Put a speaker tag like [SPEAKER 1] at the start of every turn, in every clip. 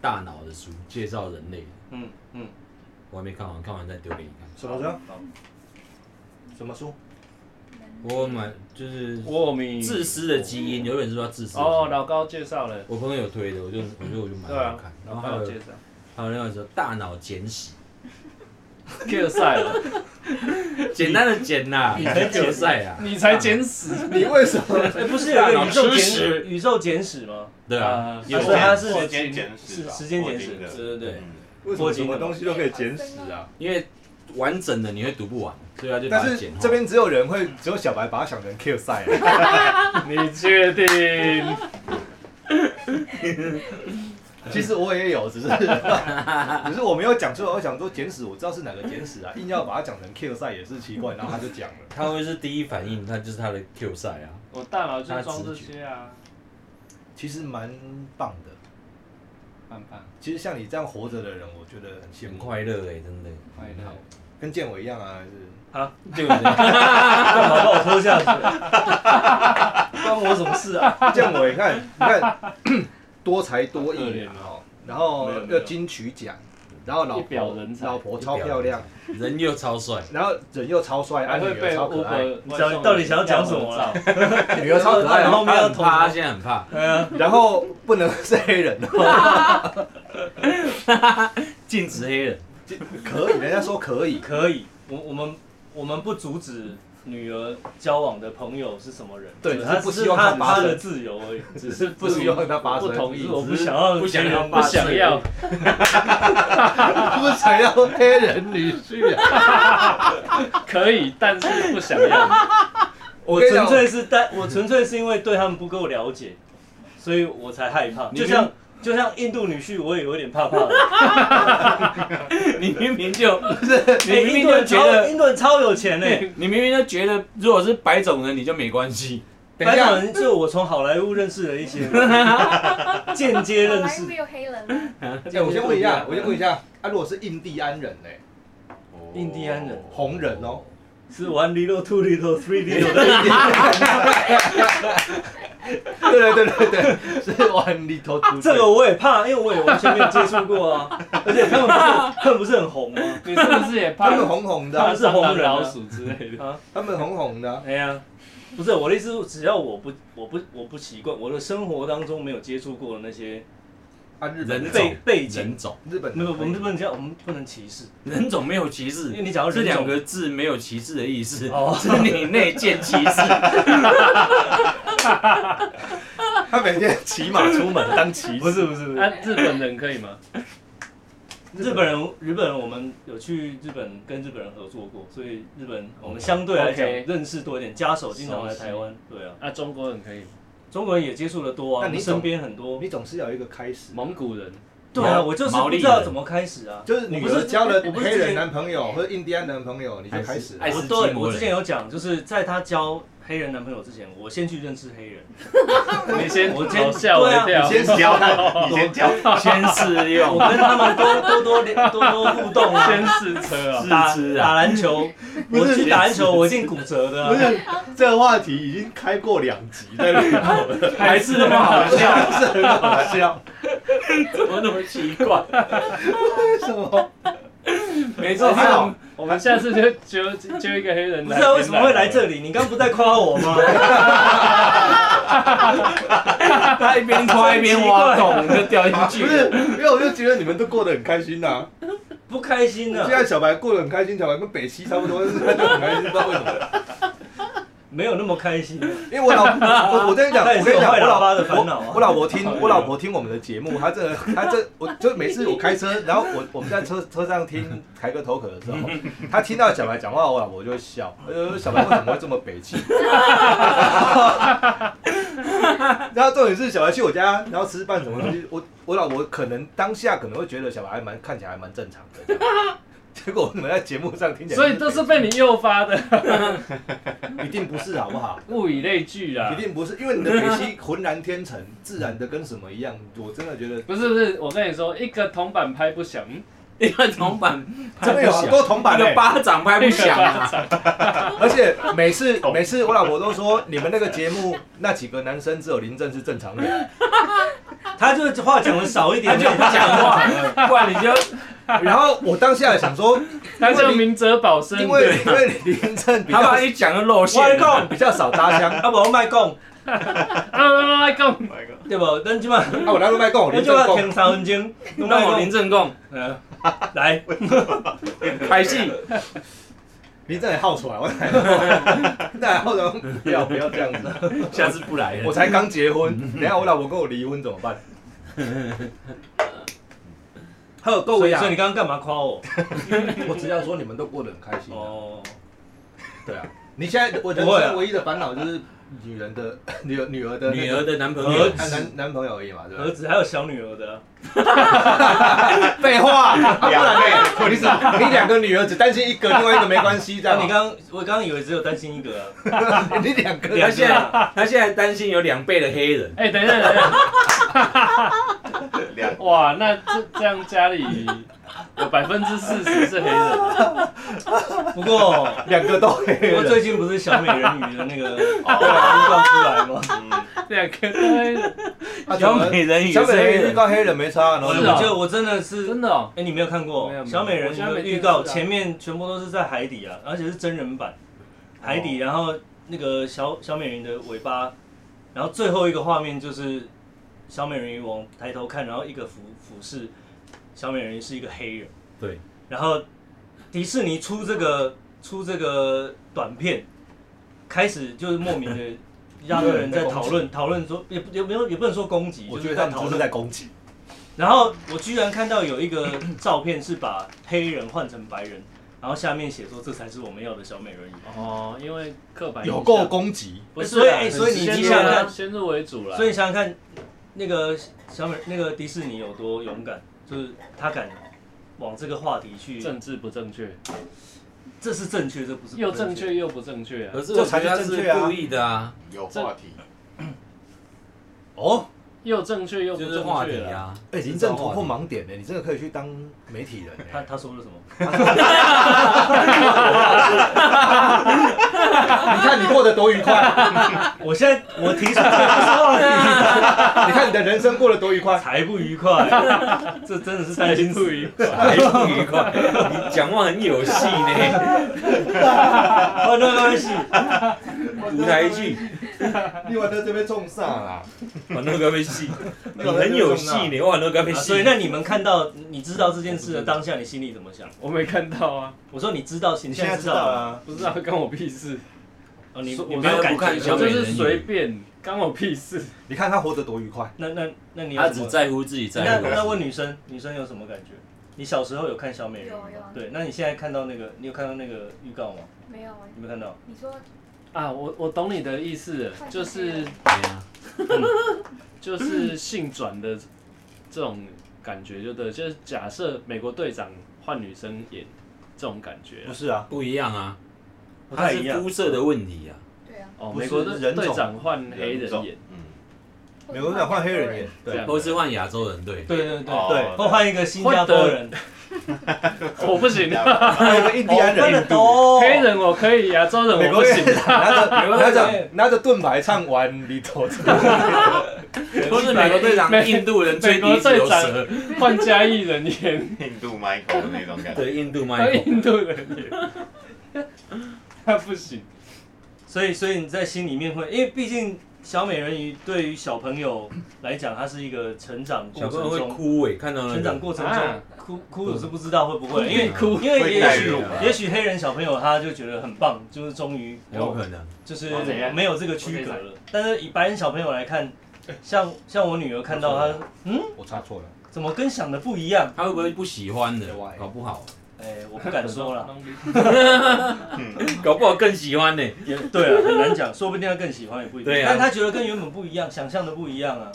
[SPEAKER 1] 大脑的书，介绍人类的，
[SPEAKER 2] 嗯嗯，
[SPEAKER 1] 我还没看完，看完再丢给你看。
[SPEAKER 3] 什么书？
[SPEAKER 2] 好
[SPEAKER 3] 什么书？
[SPEAKER 1] 我买就是
[SPEAKER 2] 沃米
[SPEAKER 1] 自私的基因，有一本书叫《自私的基因》
[SPEAKER 2] 哦，老高介绍了，
[SPEAKER 1] 我朋友有推的，我就我就我就买
[SPEAKER 2] 对
[SPEAKER 1] 来
[SPEAKER 2] 啊
[SPEAKER 1] 看。，然
[SPEAKER 2] 老
[SPEAKER 1] 后还
[SPEAKER 2] 高
[SPEAKER 1] 有
[SPEAKER 2] 介绍
[SPEAKER 1] 还有另外一本说大脑简史，
[SPEAKER 2] ，Q 赛了，
[SPEAKER 1] 简单的简 呐，
[SPEAKER 2] 你才
[SPEAKER 1] 简赛啊，
[SPEAKER 2] 你才捡屎，
[SPEAKER 3] 你为什么？
[SPEAKER 2] 哎，不是有
[SPEAKER 1] 大
[SPEAKER 2] 个
[SPEAKER 1] 脑
[SPEAKER 2] 宇宙
[SPEAKER 1] 吃
[SPEAKER 2] 简
[SPEAKER 1] 屎
[SPEAKER 2] 宇宙简史吗？
[SPEAKER 1] 对啊
[SPEAKER 2] 呃，
[SPEAKER 1] 有
[SPEAKER 2] 不是它是
[SPEAKER 4] 时间简史
[SPEAKER 2] 是
[SPEAKER 4] 吧，
[SPEAKER 2] 时间简史，
[SPEAKER 4] 霍金的
[SPEAKER 2] 对对对，
[SPEAKER 3] 为什么什么东西都可以捡屎啊？
[SPEAKER 1] 因为完整的你会读不完，所以他就把它
[SPEAKER 3] 但是
[SPEAKER 1] 简化。
[SPEAKER 3] 这边只有人会，只有小白把它想成 Q 赛啊。
[SPEAKER 2] 你确定？
[SPEAKER 3] 其实我也有，只是 只是我没有讲出来。我想说简史，我知道是哪个简史啊，硬要把它讲成 Q 赛也是奇怪。然后他就讲了，
[SPEAKER 1] 他会是第一反应，他就是他的 Q 赛啊。
[SPEAKER 2] 我大脑就是装这些啊，
[SPEAKER 3] 其实蛮棒的。
[SPEAKER 2] 棒棒，
[SPEAKER 3] 其实像你这样活着的人，我觉得很羡
[SPEAKER 1] 很
[SPEAKER 3] 慕，
[SPEAKER 1] 快乐哎、真的。
[SPEAKER 2] 快乐。
[SPEAKER 3] 跟建伟一样啊，还是
[SPEAKER 1] 对不对？
[SPEAKER 2] 干嘛把我拖下去？关我什么事 啊？
[SPEAKER 3] 建伟，你看，你看， 多才多艺
[SPEAKER 2] 好可怜
[SPEAKER 3] 啊
[SPEAKER 2] 哦，
[SPEAKER 3] 然后
[SPEAKER 2] 没有没有
[SPEAKER 3] 又金曲奖，然后老
[SPEAKER 2] 一表
[SPEAKER 3] 婆
[SPEAKER 2] 人才
[SPEAKER 3] 老婆超漂亮，
[SPEAKER 1] 人又超帅，
[SPEAKER 3] 然后人又超帅，啊，
[SPEAKER 2] 还
[SPEAKER 3] 女
[SPEAKER 2] 会
[SPEAKER 3] 儿
[SPEAKER 2] 被
[SPEAKER 3] 超可爱，
[SPEAKER 2] Uber
[SPEAKER 5] 你想到底想要讲什么
[SPEAKER 2] 了
[SPEAKER 5] 啦？
[SPEAKER 3] 女儿超可爱
[SPEAKER 1] 然
[SPEAKER 3] 哦，
[SPEAKER 1] 后面
[SPEAKER 5] 他
[SPEAKER 1] 要
[SPEAKER 5] 很
[SPEAKER 1] 捅
[SPEAKER 5] 怕
[SPEAKER 1] 他，现在很怕。
[SPEAKER 3] 然后不能是黑人哦，
[SPEAKER 1] 禁止黑人，
[SPEAKER 3] 可以，人家说可以，
[SPEAKER 5] 可以，
[SPEAKER 2] 我我们我们不阻止女儿交往的朋友是什么人？
[SPEAKER 3] 对
[SPEAKER 2] 他
[SPEAKER 3] 只是不
[SPEAKER 2] 只
[SPEAKER 3] 希望
[SPEAKER 2] 他
[SPEAKER 3] 她发
[SPEAKER 2] 他
[SPEAKER 3] 生
[SPEAKER 2] 的自由而已，只是
[SPEAKER 3] 不希望她发
[SPEAKER 2] 不
[SPEAKER 3] 生
[SPEAKER 2] 同意，我不
[SPEAKER 1] 只是
[SPEAKER 2] 想要
[SPEAKER 1] 不想要
[SPEAKER 2] 不想要。
[SPEAKER 3] 不想要黑人女婿 啊。
[SPEAKER 2] 可以，但是不想 要。
[SPEAKER 3] 我
[SPEAKER 5] 我
[SPEAKER 3] 跟你讲
[SPEAKER 5] 纯粹是但我纯粹是因为对他们不够了解，所以我才害怕。
[SPEAKER 1] 你明
[SPEAKER 5] 就像就像印度女婿，我也有点怕怕的。
[SPEAKER 1] 你明明 就，你
[SPEAKER 5] 哎
[SPEAKER 1] 明
[SPEAKER 5] 印
[SPEAKER 1] 明
[SPEAKER 5] 度
[SPEAKER 1] 就嗯
[SPEAKER 5] 人
[SPEAKER 1] 觉
[SPEAKER 5] 超
[SPEAKER 1] 得，
[SPEAKER 5] 印度人超有钱 欸呢。
[SPEAKER 1] 你明明就觉得，如果是白种人你就没关 系，
[SPEAKER 3] 等一
[SPEAKER 5] 白种
[SPEAKER 3] 下，
[SPEAKER 5] 人就是我从好莱坞认识的一些 间接
[SPEAKER 6] 哦
[SPEAKER 5] 认识，
[SPEAKER 7] 有黑人 吗？
[SPEAKER 3] 哎，我先问一 下，我先问一下，啊，如果是印第安人呢？
[SPEAKER 5] 印第安人
[SPEAKER 3] 红人哦，
[SPEAKER 5] 是 one little two little three little 的。
[SPEAKER 3] 对对对对对， 是 one little two。
[SPEAKER 5] 这个我也怕，因为我也完全没有接触过啊。而且他们不是他们不是很红吗？
[SPEAKER 2] 你是不是也
[SPEAKER 3] 他
[SPEAKER 2] 怕
[SPEAKER 3] 们红红的
[SPEAKER 5] 他
[SPEAKER 3] 啊
[SPEAKER 5] 们，是红人啊啊
[SPEAKER 2] 老鼠之类的？
[SPEAKER 3] 他们红红的啊。
[SPEAKER 5] 哎呀，不是我的意思是，只要我不我不我不习惯，我的生活当中没有接触过的那些
[SPEAKER 3] 啊，日本
[SPEAKER 1] 人
[SPEAKER 3] 的
[SPEAKER 1] 种
[SPEAKER 5] 背背
[SPEAKER 1] 人
[SPEAKER 5] 景，
[SPEAKER 1] 种
[SPEAKER 3] 日本的
[SPEAKER 5] 没有，我们不能讲，我们不能歧视，
[SPEAKER 1] 人种没有歧视
[SPEAKER 5] 因为，你讲到
[SPEAKER 1] 这
[SPEAKER 5] 人
[SPEAKER 1] 两
[SPEAKER 5] 种
[SPEAKER 1] 个字没有歧视的意思，
[SPEAKER 5] 哦
[SPEAKER 1] 是你内建歧视。
[SPEAKER 3] 他每天骑马出门当骑
[SPEAKER 5] 不
[SPEAKER 3] 士，
[SPEAKER 5] 是不是不
[SPEAKER 2] 啊
[SPEAKER 5] 是，，
[SPEAKER 2] 日本人可以吗？
[SPEAKER 5] 日本人日本人我们有去日本跟日本人合作过，所以日本我们相对来
[SPEAKER 1] 嗯
[SPEAKER 5] 讲
[SPEAKER 2] OK
[SPEAKER 5] 认识多一点，家手经常来
[SPEAKER 2] 熟悉
[SPEAKER 5] 台湾，对啊，
[SPEAKER 2] 啊，中国人可以吗，
[SPEAKER 5] 中国人也接触的多啊，
[SPEAKER 3] 那
[SPEAKER 5] 我
[SPEAKER 3] 你
[SPEAKER 5] 们
[SPEAKER 3] 总
[SPEAKER 5] 身边很多，
[SPEAKER 3] 你总是要有一个开始。
[SPEAKER 2] 蒙古人。
[SPEAKER 5] 对啊，
[SPEAKER 1] 毛
[SPEAKER 5] 我就是
[SPEAKER 1] 毛
[SPEAKER 5] 不
[SPEAKER 1] 利
[SPEAKER 5] 知道
[SPEAKER 1] 人
[SPEAKER 5] 怎么开始啊，
[SPEAKER 3] 就是你
[SPEAKER 5] 我
[SPEAKER 3] 不
[SPEAKER 5] 不
[SPEAKER 3] 是
[SPEAKER 5] 是
[SPEAKER 3] 交了
[SPEAKER 5] 我不是
[SPEAKER 3] 黑
[SPEAKER 5] 之
[SPEAKER 3] 人
[SPEAKER 5] 前
[SPEAKER 3] 男朋友或者印第安男朋友，你就开始了
[SPEAKER 1] 还是
[SPEAKER 5] 我
[SPEAKER 1] 爱斯基
[SPEAKER 5] 对，
[SPEAKER 1] 摩
[SPEAKER 5] 我
[SPEAKER 1] 人
[SPEAKER 5] 之前有讲，就是在他教黑人男朋友之前，我先去认识黑人。
[SPEAKER 2] 你先，
[SPEAKER 5] 我先
[SPEAKER 2] 好吓我一
[SPEAKER 5] 对啊
[SPEAKER 2] 跳。
[SPEAKER 4] 你先教 他，你先教 他，
[SPEAKER 1] 先试
[SPEAKER 5] 我
[SPEAKER 1] 用，
[SPEAKER 5] 跟他们多多多多多互动啊，
[SPEAKER 2] 先试车啊！
[SPEAKER 5] 打
[SPEAKER 1] 试吃
[SPEAKER 5] 打
[SPEAKER 1] 啊，
[SPEAKER 5] 篮球，我去打篮球，我一定骨折的、啊。
[SPEAKER 3] 是这个话题已经开过两集在里头了，
[SPEAKER 1] 还是那么好 笑，
[SPEAKER 3] 是很好
[SPEAKER 4] 啊
[SPEAKER 3] 笑。
[SPEAKER 1] 怎么那么奇怪？
[SPEAKER 3] 为什么？
[SPEAKER 1] 没
[SPEAKER 3] 哦
[SPEAKER 1] 错，
[SPEAKER 3] 还好
[SPEAKER 2] 我们下次就揪揪一个黑人
[SPEAKER 5] 不
[SPEAKER 2] 来。
[SPEAKER 5] 知道为什么会来这里？你刚不在夸我 吗？
[SPEAKER 1] 他一边夸一边挖洞，就掉进去了。
[SPEAKER 3] 不是，因为我就觉得你们都过得很开心呐、
[SPEAKER 5] 不开心
[SPEAKER 3] 现
[SPEAKER 5] 啊，
[SPEAKER 3] 在小白过得很开心，小白跟北七差不多，但是他就很开心，不知道为什么。
[SPEAKER 5] 没有那么开心。
[SPEAKER 3] 因为 我老婆，我我跟你讲，
[SPEAKER 5] 他也
[SPEAKER 3] 我
[SPEAKER 5] 是有
[SPEAKER 3] 跟你讲，
[SPEAKER 5] 坏
[SPEAKER 3] 我
[SPEAKER 5] 喇
[SPEAKER 3] 老
[SPEAKER 5] 叭的烦恼啊
[SPEAKER 3] 我。老婆
[SPEAKER 2] 哦
[SPEAKER 3] 听我老婆听我们的节目，她这她这我就每次我开 车，然后我我们在车车上听凯哥口渴的时候，
[SPEAKER 2] 嗯
[SPEAKER 3] 她听到小白讲话，我老婆就会笑，呃，小白为什么会这么 北气？然后重点是小白去我家，然后吃饭什么东西，我我老婆可能当下可能会觉得小白还蛮看起来还蛮正常的这样， 结果我们在节目上听起来，
[SPEAKER 2] 所以都是被你诱发的，
[SPEAKER 3] 一定不是好不好？
[SPEAKER 2] 物以类聚啦
[SPEAKER 3] 一。定不是，因为你的北西浑然天成，自然的跟什么一样，我真的觉得
[SPEAKER 2] 不是不是，我跟你说，一个铜板拍不响，嗯
[SPEAKER 1] 一个铜 板拍
[SPEAKER 3] 真的有
[SPEAKER 1] 不
[SPEAKER 3] 好
[SPEAKER 1] 响，
[SPEAKER 3] 多铜板
[SPEAKER 1] 一
[SPEAKER 3] 的、
[SPEAKER 1] 个巴掌拍不响 啊！
[SPEAKER 3] 而且每次每次 我老婆都说你们那个节目那几个男生只有林正是正常人，
[SPEAKER 5] 他就话讲的少一点，
[SPEAKER 1] 他就不讲话，不然你就
[SPEAKER 3] 然后我当下想说，
[SPEAKER 7] 他就明哲保身，
[SPEAKER 3] 因为因为林正比
[SPEAKER 1] 他
[SPEAKER 3] 较
[SPEAKER 1] 把一讲就露馅。
[SPEAKER 5] 外讲，
[SPEAKER 3] 比较少搭腔，
[SPEAKER 5] 啊无卖讲，
[SPEAKER 7] 啊，讲
[SPEAKER 5] 对无？咱即摆，
[SPEAKER 3] 啊，我来录麦讲，我
[SPEAKER 5] 咱
[SPEAKER 3] 林
[SPEAKER 5] 即
[SPEAKER 3] 正
[SPEAKER 5] 摆
[SPEAKER 3] 讲，
[SPEAKER 5] 停三分钟，拢
[SPEAKER 1] 那我
[SPEAKER 5] 卖
[SPEAKER 1] 林正贡
[SPEAKER 5] 讲，来，
[SPEAKER 1] 拍戏，
[SPEAKER 3] 林正也耗出来，我来， 那耗出来，不要不要这样子。
[SPEAKER 1] 下次不来
[SPEAKER 3] 我
[SPEAKER 1] 了。
[SPEAKER 3] 才刚结 婚，等一下我老婆跟我离婚怎么 办？
[SPEAKER 5] 好，各位，
[SPEAKER 3] 所以啊
[SPEAKER 5] 所以你刚刚干嘛夸我？
[SPEAKER 3] 我只想说你们都过得很开心、啊。
[SPEAKER 5] 哦，
[SPEAKER 3] 对啊，你现在我人
[SPEAKER 5] 不会啊
[SPEAKER 3] 生唯一的烦恼就是女人的 女儿女儿的那个
[SPEAKER 1] 女儿的男朋
[SPEAKER 5] 儿
[SPEAKER 1] 友
[SPEAKER 5] 子
[SPEAKER 3] 啊男男朋友而已嘛，对吧
[SPEAKER 5] 儿？子还有小女儿的啊，
[SPEAKER 3] 废话，啊不然
[SPEAKER 4] 两倍
[SPEAKER 3] 呢？你只你两个女儿只担心一个，另外一个没关系，这样
[SPEAKER 5] 那
[SPEAKER 3] 嘛
[SPEAKER 5] 你刚刚我刚刚以为只有担心一个啊，
[SPEAKER 3] 你两个
[SPEAKER 5] 两
[SPEAKER 1] 现
[SPEAKER 5] 个
[SPEAKER 1] 在
[SPEAKER 5] 啊，
[SPEAKER 1] 他现在担心有两倍的黑人，
[SPEAKER 7] 哎，等一下，等一下，
[SPEAKER 4] 两
[SPEAKER 7] 哇，那这这样家里有百分之四十是黑人，
[SPEAKER 5] 不过。
[SPEAKER 3] 两个都黑
[SPEAKER 5] 不过
[SPEAKER 3] 人，
[SPEAKER 5] 最近不是小美人鱼的那 个
[SPEAKER 3] 啊
[SPEAKER 5] 预告出来吗？
[SPEAKER 7] 两个都黑人，
[SPEAKER 3] 啊怎
[SPEAKER 1] 小
[SPEAKER 3] 么
[SPEAKER 1] 美人鱼是
[SPEAKER 3] 小美
[SPEAKER 1] 黑
[SPEAKER 3] 人遇
[SPEAKER 1] 人，
[SPEAKER 3] 到黑人没差啊，然后
[SPEAKER 7] 是
[SPEAKER 5] 我
[SPEAKER 7] 啊
[SPEAKER 5] 觉得我真的是
[SPEAKER 7] 真的哦，
[SPEAKER 5] 哎、你没有看过
[SPEAKER 7] 没有没有
[SPEAKER 5] 小美人鱼的预
[SPEAKER 7] 我现在没
[SPEAKER 5] 告？
[SPEAKER 7] 电视啊
[SPEAKER 5] 前面全部都是在海底啊，而且是真人版海底，
[SPEAKER 7] 哦
[SPEAKER 5] 然后那个小小美人鱼的尾巴，然后最后一个画面就是小美人鱼往抬头看，然后一个俯俯视小美人鱼是一个黑人。
[SPEAKER 3] 对，
[SPEAKER 5] 然后迪士尼出这个出这个短片，开始就是莫名 的让人在讨论讨论说，也不也没有也不能说攻击，
[SPEAKER 3] 我
[SPEAKER 5] 就
[SPEAKER 3] 觉
[SPEAKER 5] 是
[SPEAKER 3] 得
[SPEAKER 5] 在
[SPEAKER 3] 他
[SPEAKER 5] 讨
[SPEAKER 3] 们就是
[SPEAKER 5] 论
[SPEAKER 3] 在攻击，
[SPEAKER 5] 然后我居然看到有一个 照片是把黑人换成白人，然后下面写说这才是我们要的小美人鱼。
[SPEAKER 7] 哦，因为刻板印象
[SPEAKER 3] 有够，攻击。
[SPEAKER 7] 不是
[SPEAKER 5] 所以
[SPEAKER 7] 啊，
[SPEAKER 5] 哎所以你
[SPEAKER 7] 先
[SPEAKER 5] 你想
[SPEAKER 7] 入啊
[SPEAKER 5] 看
[SPEAKER 7] 先入为主了，
[SPEAKER 5] 所以你想想看，那个小美那个迪士尼有多勇敢，就是他敢往这个话题去，
[SPEAKER 7] 政治不正确，
[SPEAKER 5] 这是正确，这不是不
[SPEAKER 7] 又正。确又不正确啊
[SPEAKER 1] 可，是我觉得他是故意的啊，
[SPEAKER 4] 有话题，
[SPEAKER 3] 哦，
[SPEAKER 7] 又正确又不
[SPEAKER 1] 就是
[SPEAKER 7] 正
[SPEAKER 1] 话
[SPEAKER 7] 确
[SPEAKER 1] 题
[SPEAKER 7] 了。
[SPEAKER 1] 啊。
[SPEAKER 3] 哎，林正突破盲点呢，你真的可以去当媒体人
[SPEAKER 5] 他
[SPEAKER 3] 欸。
[SPEAKER 5] 他说了什么？
[SPEAKER 3] 你看你过得多愉快，
[SPEAKER 5] 我现在我提出这个话题，
[SPEAKER 3] 你看你的人生过得多愉快。
[SPEAKER 5] 才不愉 快，这真的是
[SPEAKER 7] 哎
[SPEAKER 5] 担心不愉快。
[SPEAKER 1] 还不愉快，哎你讲话很有戏 呢，
[SPEAKER 5] 欢乐关系，
[SPEAKER 1] 舞台剧，
[SPEAKER 3] 你玩在这边冲啊啥啦？
[SPEAKER 1] 玩那个被戏，你很有戏呢，我玩那个被
[SPEAKER 5] 啊
[SPEAKER 1] 戏
[SPEAKER 5] 所以。那你们看到你知道这件事的当下，你心里怎么想？
[SPEAKER 7] 我没看到啊，
[SPEAKER 5] 我说你知道，你
[SPEAKER 3] 你
[SPEAKER 5] 现
[SPEAKER 3] 现
[SPEAKER 5] 在
[SPEAKER 3] 在
[SPEAKER 5] 知
[SPEAKER 3] 知
[SPEAKER 5] 道
[SPEAKER 3] 道
[SPEAKER 5] 了
[SPEAKER 3] 了
[SPEAKER 5] 吗
[SPEAKER 3] 啊。
[SPEAKER 7] 不知道关我屁事，
[SPEAKER 5] 哦，你
[SPEAKER 7] 所
[SPEAKER 5] 你
[SPEAKER 7] 我
[SPEAKER 5] 没有
[SPEAKER 7] 都
[SPEAKER 5] 感
[SPEAKER 1] 不看
[SPEAKER 5] 觉
[SPEAKER 1] 小
[SPEAKER 7] 我
[SPEAKER 5] 就
[SPEAKER 1] 美
[SPEAKER 7] 就是是随便，关我屁事。
[SPEAKER 3] 你看他活得多愉快，
[SPEAKER 5] 那那那你有
[SPEAKER 1] 他
[SPEAKER 5] 什
[SPEAKER 1] 只
[SPEAKER 5] 么
[SPEAKER 1] 在乎自己在
[SPEAKER 5] 那
[SPEAKER 1] 乎。
[SPEAKER 5] 那问女生，女生有什么感觉？你小时候有看小美人
[SPEAKER 8] 有
[SPEAKER 5] 鱼
[SPEAKER 8] 有
[SPEAKER 5] 吗？对，那你现在看到那个，你有看到那个预告吗？
[SPEAKER 8] 没有哎、
[SPEAKER 5] 你没有看到？
[SPEAKER 8] 你说
[SPEAKER 7] 啊，我我懂你的意思了，就是
[SPEAKER 1] 哎呀
[SPEAKER 7] 就是性转的这种感觉，就对，就是假设美国队长换女生演这种感觉啊
[SPEAKER 3] 不是啊？
[SPEAKER 1] 不一样啊，
[SPEAKER 5] 不
[SPEAKER 1] 他
[SPEAKER 5] 太一
[SPEAKER 1] 是
[SPEAKER 5] 样
[SPEAKER 1] 肤。色的问题啊。
[SPEAKER 8] 对啊，
[SPEAKER 7] 哦，
[SPEAKER 3] 不是
[SPEAKER 7] 美国
[SPEAKER 3] 人
[SPEAKER 7] 队
[SPEAKER 3] 种
[SPEAKER 7] 队长换黑人演，，
[SPEAKER 4] 嗯，
[SPEAKER 3] 美国队啊长换黑人演，
[SPEAKER 7] 这
[SPEAKER 3] 对
[SPEAKER 7] 样
[SPEAKER 1] 都是换亚洲人对，
[SPEAKER 5] 对对对，
[SPEAKER 4] 哦
[SPEAKER 3] 对
[SPEAKER 5] 或换一个新加坡人，
[SPEAKER 7] 我哦 不行，
[SPEAKER 3] 还有个印第安
[SPEAKER 5] 看得
[SPEAKER 3] 人，
[SPEAKER 5] 懂
[SPEAKER 7] 黑人我可以，亚洲人
[SPEAKER 3] 美
[SPEAKER 7] 我
[SPEAKER 3] 国
[SPEAKER 7] 不
[SPEAKER 3] 队
[SPEAKER 7] 行。
[SPEAKER 3] 长拿着
[SPEAKER 5] 国
[SPEAKER 3] 拿
[SPEAKER 5] 队长
[SPEAKER 3] 着拿着盾牌唱完里头，
[SPEAKER 1] 都是美国队长、
[SPEAKER 7] 美
[SPEAKER 1] 印度人吹
[SPEAKER 7] 美国
[SPEAKER 1] 笛子有
[SPEAKER 7] 队长
[SPEAKER 1] 蛇，
[SPEAKER 7] 换嘉义人 演，
[SPEAKER 4] 印度 Michael 的那种感觉，
[SPEAKER 1] 对印度
[SPEAKER 7] 换
[SPEAKER 1] Michael，
[SPEAKER 7] 印度人演， 他不行。
[SPEAKER 5] 所以所以你在心里面会，因为毕竟小美人鱼对于小朋友来讲，它是一个成长过
[SPEAKER 1] 小
[SPEAKER 5] 程
[SPEAKER 1] 朋友会
[SPEAKER 5] 中，
[SPEAKER 1] 枯萎，看到那
[SPEAKER 5] 成长
[SPEAKER 1] 个
[SPEAKER 5] 过程中
[SPEAKER 7] 啊
[SPEAKER 5] 哭哭，我是不知道会不会，因为
[SPEAKER 1] 哭
[SPEAKER 5] 因为
[SPEAKER 4] 会
[SPEAKER 5] 也
[SPEAKER 4] 带
[SPEAKER 5] 许
[SPEAKER 4] 入啊
[SPEAKER 5] 也许黑人小朋友他就觉得很棒，就是终于
[SPEAKER 1] 有可能。
[SPEAKER 5] 就是
[SPEAKER 7] 我怎样
[SPEAKER 5] 没有这个区隔了。但是以白人小朋友来看，
[SPEAKER 7] 哎
[SPEAKER 5] 像像我女儿看到她，嗯，
[SPEAKER 3] 我插错了，
[SPEAKER 5] 怎么跟想的不一样？
[SPEAKER 1] 他会不会不喜欢的
[SPEAKER 3] 有啊？
[SPEAKER 1] 搞不好，
[SPEAKER 5] 哎，我不敢说了。
[SPEAKER 4] 嗯
[SPEAKER 1] 搞不好更喜欢呢。
[SPEAKER 5] 也对啊，很难讲，说不定他更喜欢也不一定。
[SPEAKER 1] 对啊
[SPEAKER 5] 但他觉得跟原本不一样，想象的不一样啊。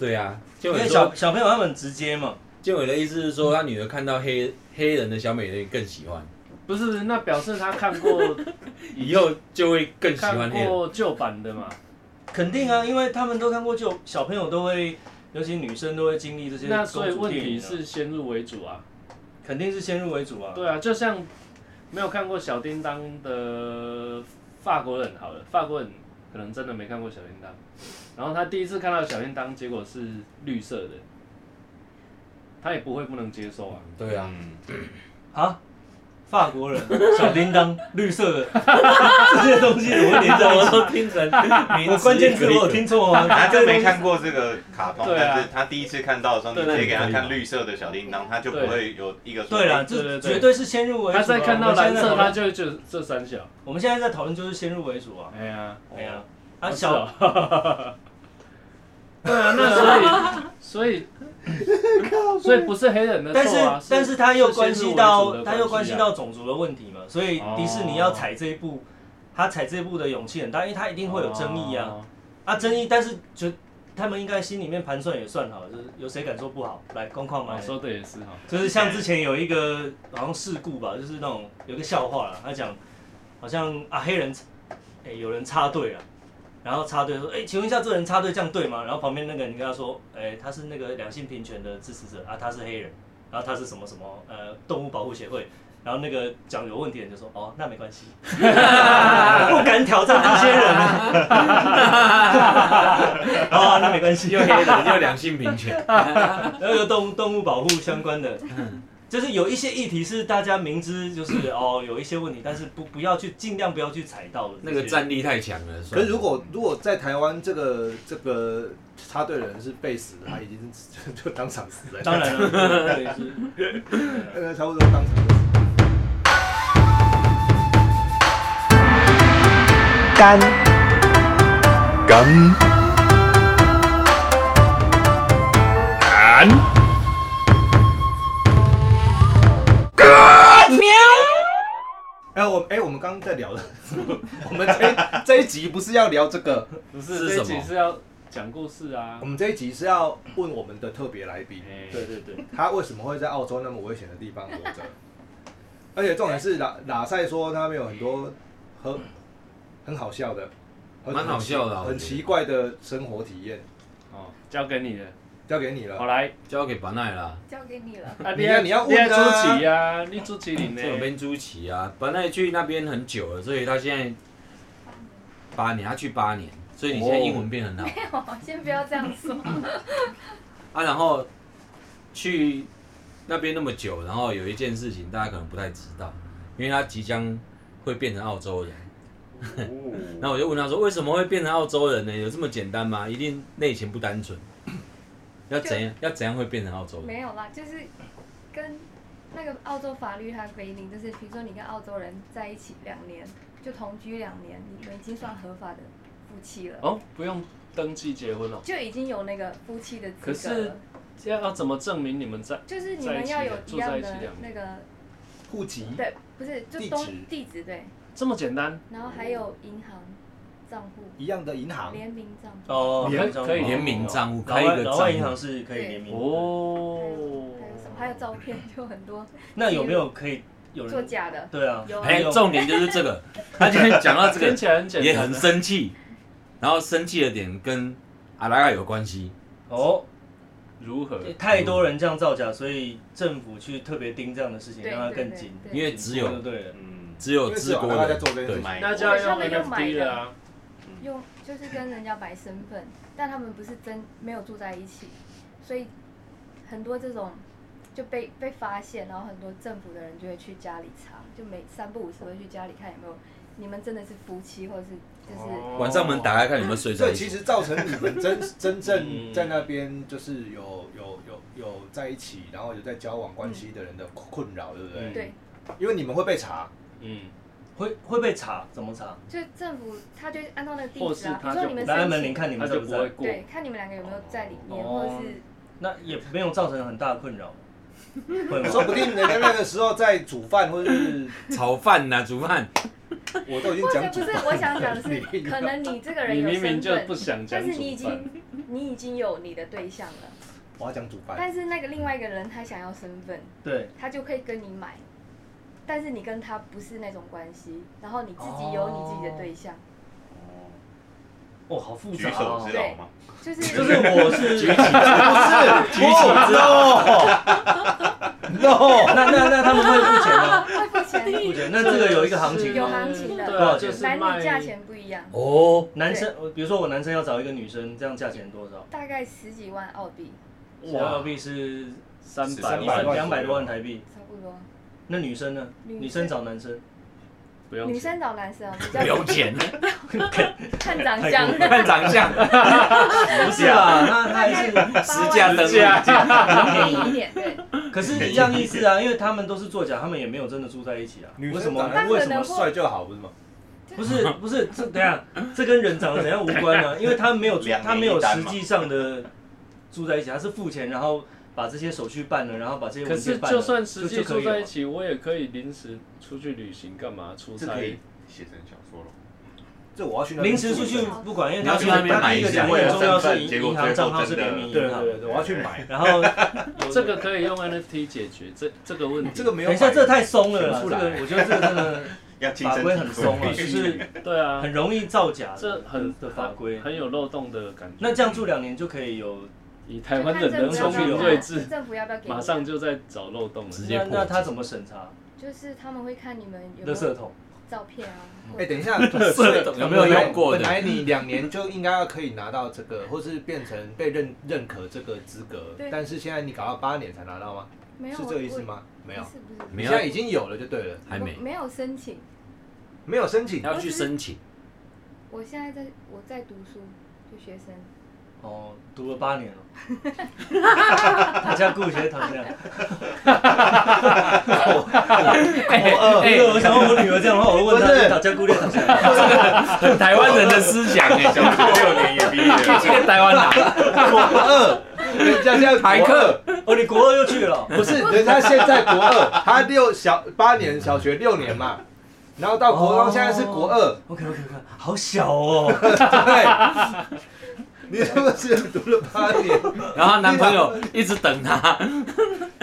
[SPEAKER 1] 对啊，
[SPEAKER 5] 因
[SPEAKER 1] 就
[SPEAKER 5] 为
[SPEAKER 1] 很
[SPEAKER 5] 小
[SPEAKER 1] 说，
[SPEAKER 5] 小朋友他们很直接嘛，
[SPEAKER 1] 建伟的意思是说，他女儿看到黑黑人的小美人更喜欢，
[SPEAKER 7] 不是，那表示他看 过
[SPEAKER 1] 以后就会更喜
[SPEAKER 7] 看
[SPEAKER 1] 欢黑人。
[SPEAKER 7] 过旧版的嘛？
[SPEAKER 5] 肯定啊，因为他们都看过旧，小朋友都会，尤其女生都会经历这些。
[SPEAKER 7] 那所以问题，
[SPEAKER 3] 啊
[SPEAKER 7] 是先入为主啊。
[SPEAKER 5] 啊肯定是先入为主啊。
[SPEAKER 7] 对啊，就像没有看过小叮当的法国人好了，法国人可能真的没看过小叮当。然后他第一次看到小叮当，结果是绿色的，他也不会不能接受啊。
[SPEAKER 1] 对啊，
[SPEAKER 4] 嗯，
[SPEAKER 5] 啊，法国人小叮当绿色的这些东西怎么会连在一
[SPEAKER 1] 我
[SPEAKER 5] 起？
[SPEAKER 1] 都听成名
[SPEAKER 5] 我关键词我有听错吗？
[SPEAKER 4] 他真没看过这个卡通，
[SPEAKER 7] 对啊
[SPEAKER 4] 但是他第一次看到的时候，你
[SPEAKER 7] 对
[SPEAKER 4] 直接给他
[SPEAKER 1] 对
[SPEAKER 4] 看绿色的小叮当，他就不
[SPEAKER 7] 对
[SPEAKER 4] 会有一个说
[SPEAKER 5] 对啊了，
[SPEAKER 4] 哎
[SPEAKER 7] 对对
[SPEAKER 5] 这
[SPEAKER 7] 对
[SPEAKER 5] 绝对是先入为主啊。
[SPEAKER 7] 他在看到蓝色，
[SPEAKER 5] 我
[SPEAKER 7] 他
[SPEAKER 5] 们现在在讨论
[SPEAKER 7] 就会觉得这三小。
[SPEAKER 5] 我们现在在讨论就是先入为主啊。
[SPEAKER 7] 哎呀，
[SPEAKER 5] 哎呀，
[SPEAKER 7] 哦
[SPEAKER 5] 啊
[SPEAKER 7] 是
[SPEAKER 5] 小
[SPEAKER 7] 哦 对啊，那所以所以所以不是黑人的
[SPEAKER 5] 但是
[SPEAKER 7] 错啊，
[SPEAKER 5] 但是他又关系到
[SPEAKER 7] 他
[SPEAKER 5] 他又关系到种族的问题嘛，所以
[SPEAKER 7] 哦
[SPEAKER 5] 迪士尼要踩这一步，他踩这一步的勇气很大，因为他一定会有争议啊，
[SPEAKER 7] 哦
[SPEAKER 5] 啊争议，但是就他们应该心里面盘算也算好，就是有谁敢说不好，来公矿嘛
[SPEAKER 7] 哦，，说的也是哈，
[SPEAKER 5] 就是像之前有一个好像事故吧，就是那种有一个笑话啦，他讲好像啊黑人，哎、有人插队啊，然后插队说，哎、请问一下这人插队这样对吗？然后旁边那个人跟他说，哎、他是那个两性平权的支持者啊，他是黑人，然后他是什么什么呃动物保护协会。然后那个讲有问题的人就说：“哦，那没关 系，不敢挑战这些人。” 哦，那没关系，
[SPEAKER 1] 又黑人又两性平 权，
[SPEAKER 5] 那个动动物保护相关的，就是有一些议题是大家明知就是 哦有一些问题，但是不不要去尽量不要去踩到的这
[SPEAKER 1] 那
[SPEAKER 5] 些
[SPEAKER 1] 个战力太强了。
[SPEAKER 3] 可
[SPEAKER 1] 算
[SPEAKER 3] 是
[SPEAKER 1] 了
[SPEAKER 3] 如果如果在台湾这个这个插队的人是被死的，他已经是就当场死了。
[SPEAKER 5] 当然了，对是
[SPEAKER 3] 那个差不多当场就死了。
[SPEAKER 8] 干干干
[SPEAKER 3] 哎、我哎、我们刚刚在聊的，我们这这一集不是要聊这个，
[SPEAKER 7] 不
[SPEAKER 1] 是
[SPEAKER 7] 是这一
[SPEAKER 1] 什么
[SPEAKER 7] 集是要讲故事啊
[SPEAKER 3] 我。们这一集是要问我们的特别来宾，
[SPEAKER 7] 哎
[SPEAKER 5] 对对对，
[SPEAKER 3] 他为什么会在澳洲那么危险的地方活着？ 而且重点是拉拉塞说他们有很多很很好笑的，很
[SPEAKER 1] 蛮好笑的啊
[SPEAKER 3] 很
[SPEAKER 1] 我觉得
[SPEAKER 3] 奇怪的生活体验，
[SPEAKER 7] 哦，交给你了。
[SPEAKER 3] 交给你了。
[SPEAKER 7] 好来，
[SPEAKER 1] 交给班奈啦，
[SPEAKER 6] 交给你了。
[SPEAKER 7] 啊
[SPEAKER 3] 啊你要你要问啊
[SPEAKER 7] 你朱奇啊，你朱奇林呢
[SPEAKER 1] 这？种边朱奇啊，班奈去那边很久了，所以他现在八年，他去八年，所以你现在英文变很好、
[SPEAKER 6] 没有，先不要这样说。
[SPEAKER 1] 啊。然后去那边那么久，然后有一件事情大家可能不太知道，因为他即将会变成澳洲人。那我就问他说：“为什么会变成澳洲人呢？有这么简单吗？一定内情不单纯。要怎样？要怎样会变成澳洲人？
[SPEAKER 6] 没有啦，就是跟那个澳洲法律它规定，就是比如说你跟澳洲人在一起两年，就同居两年，你们已经算合法的夫妻了，
[SPEAKER 7] 哦，不用登记结婚哦。
[SPEAKER 6] 就已经有那个夫妻的
[SPEAKER 7] 可
[SPEAKER 6] 资格
[SPEAKER 7] 是
[SPEAKER 6] 了。
[SPEAKER 7] 要要怎么证明你们在？
[SPEAKER 6] 就是你们要有一样
[SPEAKER 7] 在一起
[SPEAKER 6] 的
[SPEAKER 7] 两
[SPEAKER 6] 那
[SPEAKER 7] 年
[SPEAKER 6] 个，
[SPEAKER 3] 户籍
[SPEAKER 6] 对，不是就
[SPEAKER 3] 地
[SPEAKER 6] 东
[SPEAKER 3] 址
[SPEAKER 6] 地址对，
[SPEAKER 7] 这么简单？
[SPEAKER 6] 然后还有银行账户，
[SPEAKER 3] 一样的银行，
[SPEAKER 6] 联名账户，
[SPEAKER 5] 哦，
[SPEAKER 7] 可以可以
[SPEAKER 1] 联名账户
[SPEAKER 5] 老
[SPEAKER 1] 开一
[SPEAKER 5] 外
[SPEAKER 1] 个
[SPEAKER 5] 老
[SPEAKER 1] 账
[SPEAKER 5] 外银行
[SPEAKER 1] 户，
[SPEAKER 5] 是可以联名的。
[SPEAKER 6] 还
[SPEAKER 7] 哦
[SPEAKER 6] 有还有什么？还有照片，就很多
[SPEAKER 5] 那有没有可以有
[SPEAKER 6] 作
[SPEAKER 5] 人？
[SPEAKER 6] 假的，
[SPEAKER 5] 对啊，
[SPEAKER 6] 有啊
[SPEAKER 1] 哎，重点就是这个。他今天讲到这
[SPEAKER 7] 听
[SPEAKER 1] 个
[SPEAKER 7] 起来很简单，
[SPEAKER 1] 也很生气，然后生气的点跟阿拉亚有关系。
[SPEAKER 5] 哦，
[SPEAKER 7] 如何？
[SPEAKER 5] 太多人这样造假，所以政府去特别盯这样的事情，
[SPEAKER 6] 对
[SPEAKER 5] 让它
[SPEAKER 6] 对
[SPEAKER 5] 更
[SPEAKER 6] 对
[SPEAKER 5] 紧，
[SPEAKER 6] 对
[SPEAKER 1] 因为只有
[SPEAKER 5] 对对了。
[SPEAKER 4] 嗯，
[SPEAKER 1] 只有
[SPEAKER 3] 自
[SPEAKER 1] 治国
[SPEAKER 3] 大家在
[SPEAKER 1] 人
[SPEAKER 3] 做这件
[SPEAKER 1] 对
[SPEAKER 3] 事情。
[SPEAKER 7] 那
[SPEAKER 4] 买
[SPEAKER 7] 就要
[SPEAKER 6] 他
[SPEAKER 7] 用
[SPEAKER 6] 们用买
[SPEAKER 7] NFT
[SPEAKER 6] 的
[SPEAKER 7] 了啊。
[SPEAKER 6] 用就是跟人家摆身份，但他们不是真没有住在一起，所以很多这种就被被发现，然后很多政府的人就会去家里查，就每三不五时会去家里看有没有你们真的是夫妻，或者是就是、
[SPEAKER 7] 哦
[SPEAKER 1] 晚上门打开看有没有
[SPEAKER 5] 哦
[SPEAKER 1] 睡在
[SPEAKER 3] 这
[SPEAKER 1] 一
[SPEAKER 3] 其
[SPEAKER 1] 起。
[SPEAKER 3] 实造成你们真 真正
[SPEAKER 1] 嗯
[SPEAKER 3] 在那边就是有有有有在一起，然后有在交往关系的
[SPEAKER 1] 嗯
[SPEAKER 3] 人的困扰，对不对？
[SPEAKER 5] 嗯
[SPEAKER 6] 对，
[SPEAKER 3] 因为你们会被查，
[SPEAKER 7] 嗯，
[SPEAKER 5] 会会被查，怎么查？
[SPEAKER 6] 就政府他就按照那个地
[SPEAKER 7] 或
[SPEAKER 6] 址
[SPEAKER 7] 是
[SPEAKER 6] 啊，比
[SPEAKER 7] 他
[SPEAKER 6] 如说
[SPEAKER 7] 就
[SPEAKER 6] 你
[SPEAKER 7] 不
[SPEAKER 6] 们
[SPEAKER 5] 来按门
[SPEAKER 6] 申
[SPEAKER 5] 铃
[SPEAKER 6] 请，
[SPEAKER 5] 看你
[SPEAKER 7] 他
[SPEAKER 5] 们在
[SPEAKER 7] 就
[SPEAKER 5] 不
[SPEAKER 7] 不
[SPEAKER 5] 在
[SPEAKER 7] 会。过。
[SPEAKER 6] 对，看你们两个有没有在里面，
[SPEAKER 5] 哦
[SPEAKER 6] 或者是
[SPEAKER 5] 那也没有造成很大的困 扰，会吗？
[SPEAKER 3] 说不定人家那个时候在煮饭，或者是
[SPEAKER 1] 炒饭呐，煮饭，
[SPEAKER 3] 我都已经
[SPEAKER 6] 或者
[SPEAKER 3] 讲
[SPEAKER 6] 不
[SPEAKER 3] 煮
[SPEAKER 6] 是我想讲的是，可能你这个人
[SPEAKER 7] 你
[SPEAKER 6] 有
[SPEAKER 7] 明明
[SPEAKER 6] 身
[SPEAKER 7] 就
[SPEAKER 6] 份
[SPEAKER 7] 不，想讲
[SPEAKER 6] 但
[SPEAKER 7] 煮
[SPEAKER 6] 是你已
[SPEAKER 7] 饭，
[SPEAKER 6] 经你已经有你的对象了，
[SPEAKER 3] 我要讲煮饭，
[SPEAKER 6] 但是那个另外一个人他想要身份。
[SPEAKER 5] 对，
[SPEAKER 6] 他就可以跟你买，但是你跟他不是那种关系，然后你自己有你自己的对象，
[SPEAKER 5] 哦，好复杂
[SPEAKER 4] 举手
[SPEAKER 5] 哦
[SPEAKER 4] 之。劳嘛，
[SPEAKER 6] 就是
[SPEAKER 5] 就是我是
[SPEAKER 3] 不是哦 no no，
[SPEAKER 5] 那那那他们会付钱吗？
[SPEAKER 6] 会付钱，
[SPEAKER 5] 解。那这个有一个行情
[SPEAKER 6] 有
[SPEAKER 5] 吗？
[SPEAKER 6] 行情的
[SPEAKER 7] 对
[SPEAKER 5] 多
[SPEAKER 7] 啊，
[SPEAKER 5] 少钱
[SPEAKER 7] 就是
[SPEAKER 6] 男
[SPEAKER 7] 卖
[SPEAKER 6] 女价钱不一样，
[SPEAKER 1] 哦，
[SPEAKER 5] 男生，我比如说我男生要找一个女生，这样价钱多少？
[SPEAKER 6] 大概十几万澳币，
[SPEAKER 5] 哇，币是
[SPEAKER 7] 三百
[SPEAKER 4] 300
[SPEAKER 7] 万
[SPEAKER 4] 万
[SPEAKER 5] 两百多万台币。
[SPEAKER 6] 差不多。
[SPEAKER 5] 那女生呢？
[SPEAKER 6] 女生
[SPEAKER 5] 女生找男生，
[SPEAKER 7] 不用
[SPEAKER 6] 女
[SPEAKER 7] 钱，
[SPEAKER 6] 生找男生啊，比
[SPEAKER 1] 不
[SPEAKER 6] 较
[SPEAKER 1] 用钱，
[SPEAKER 6] 看长相，
[SPEAKER 1] 看长相，
[SPEAKER 5] 不是啊，那那还 是，
[SPEAKER 1] 实价登录，
[SPEAKER 6] 便宜一点，对，
[SPEAKER 5] 可是一样意思啊，因为他们都是作假，他们也没有真的住在一起啊。
[SPEAKER 3] 女
[SPEAKER 5] 为什
[SPEAKER 3] 生
[SPEAKER 5] 么
[SPEAKER 3] 长
[SPEAKER 5] 呢？
[SPEAKER 3] 得
[SPEAKER 6] 那
[SPEAKER 3] 为
[SPEAKER 6] 可
[SPEAKER 3] 什
[SPEAKER 6] 能
[SPEAKER 3] 么
[SPEAKER 6] 会
[SPEAKER 3] 帅就好，不是吗？
[SPEAKER 5] 不是不是，这等一下这跟人长得怎样无关呢、因为他没有
[SPEAKER 4] 两年一
[SPEAKER 5] 他没有
[SPEAKER 4] 单
[SPEAKER 5] 实
[SPEAKER 4] 嘛
[SPEAKER 5] 际上的住在一起，他是付钱，然后把这些手续办了，然后把这些
[SPEAKER 7] 可
[SPEAKER 5] 文
[SPEAKER 7] 是
[SPEAKER 5] 件办
[SPEAKER 7] 就
[SPEAKER 5] 了，
[SPEAKER 7] 算实际
[SPEAKER 5] 就可
[SPEAKER 7] 住
[SPEAKER 5] 以了嘛
[SPEAKER 7] 在一起，我也可以临时出去旅行，干嘛出
[SPEAKER 4] 这可
[SPEAKER 7] 差
[SPEAKER 4] 以？写成小说了。
[SPEAKER 3] 这我要去那边
[SPEAKER 5] 临时出去
[SPEAKER 3] 住
[SPEAKER 5] 不管，因为
[SPEAKER 1] 你要
[SPEAKER 5] 他
[SPEAKER 1] 去那边
[SPEAKER 5] 他
[SPEAKER 1] 买
[SPEAKER 5] 第
[SPEAKER 1] 一
[SPEAKER 5] 一个
[SPEAKER 1] 下
[SPEAKER 5] 讲很重要
[SPEAKER 4] 为了
[SPEAKER 5] 是
[SPEAKER 4] 身份
[SPEAKER 5] 银银行账号是
[SPEAKER 4] 结果最后真的
[SPEAKER 5] 联名
[SPEAKER 3] 对
[SPEAKER 5] 银
[SPEAKER 3] 对
[SPEAKER 5] 行，
[SPEAKER 3] 对对，我要去买。
[SPEAKER 5] 然后
[SPEAKER 7] 这个可以用 NFT 解决这这个问 题。
[SPEAKER 3] 这个没有
[SPEAKER 5] 等一
[SPEAKER 3] 买，
[SPEAKER 5] 下这太松了啦，这
[SPEAKER 3] 选不出来
[SPEAKER 5] 个我觉得这个真的
[SPEAKER 4] 要亲
[SPEAKER 5] 法
[SPEAKER 4] 身
[SPEAKER 5] 规
[SPEAKER 4] 体
[SPEAKER 5] 很
[SPEAKER 4] 会
[SPEAKER 5] 松啊，就是
[SPEAKER 7] 对啊，
[SPEAKER 5] 很容易造假的，
[SPEAKER 7] 这很
[SPEAKER 5] 的法规。
[SPEAKER 7] 很有漏洞的感觉。
[SPEAKER 5] 那这样住两年就可以有，
[SPEAKER 7] 以 台湾的人
[SPEAKER 6] 就
[SPEAKER 7] 聪
[SPEAKER 6] 看政府要
[SPEAKER 7] 明
[SPEAKER 6] 不要
[SPEAKER 7] 睿智，
[SPEAKER 6] 政府要不要给你？
[SPEAKER 7] 马上就在找漏洞了。
[SPEAKER 1] 直接
[SPEAKER 5] 那
[SPEAKER 1] 破
[SPEAKER 5] 那他怎么审查？
[SPEAKER 6] 就是他们会看你们有没
[SPEAKER 5] 垃圾
[SPEAKER 6] 有
[SPEAKER 5] 桶。
[SPEAKER 6] 照片啊，或
[SPEAKER 3] 哎，
[SPEAKER 6] 者
[SPEAKER 3] 等一 下，
[SPEAKER 1] 有没有用过
[SPEAKER 3] 本
[SPEAKER 1] 的？
[SPEAKER 3] 来你两年就应该要可以拿到这个，或是变成被认认可这个资格
[SPEAKER 6] 对，
[SPEAKER 3] 但是现在你搞到八年才拿到吗？
[SPEAKER 6] 没有
[SPEAKER 3] 是这个意思
[SPEAKER 6] 我？
[SPEAKER 3] 吗？
[SPEAKER 6] 我
[SPEAKER 3] 没有
[SPEAKER 6] 不，是不是
[SPEAKER 1] 没
[SPEAKER 3] 你
[SPEAKER 1] 有
[SPEAKER 3] 现在已经有了就对了，
[SPEAKER 1] 还没
[SPEAKER 6] 我，没有申请，
[SPEAKER 3] 没有 申请。
[SPEAKER 1] 要去申请。
[SPEAKER 6] 我现在在我在读书，就学生，
[SPEAKER 5] 哦，读了八年了，大家顾学堂这样。
[SPEAKER 1] 哎
[SPEAKER 5] 哎，我想问我女儿这样的话，我会问
[SPEAKER 3] 不是
[SPEAKER 5] 她，大家顾学堂这样。
[SPEAKER 1] 很台湾人的思想哎，
[SPEAKER 4] 小学六年也毕业
[SPEAKER 1] 这
[SPEAKER 4] 了，
[SPEAKER 1] 个台湾哪？
[SPEAKER 3] 国 二，人家现在
[SPEAKER 1] 台
[SPEAKER 3] 国二
[SPEAKER 1] 客，
[SPEAKER 5] 哦，你国二又去了哦，
[SPEAKER 3] 不是人家现在国二，他六小八年小学六年嘛，然后到国
[SPEAKER 5] 哦
[SPEAKER 3] 中现在是国二，
[SPEAKER 5] ？OK OK OK，好小哦。
[SPEAKER 3] 对，你是不是读了八年，
[SPEAKER 1] 然后她男朋友一直等她，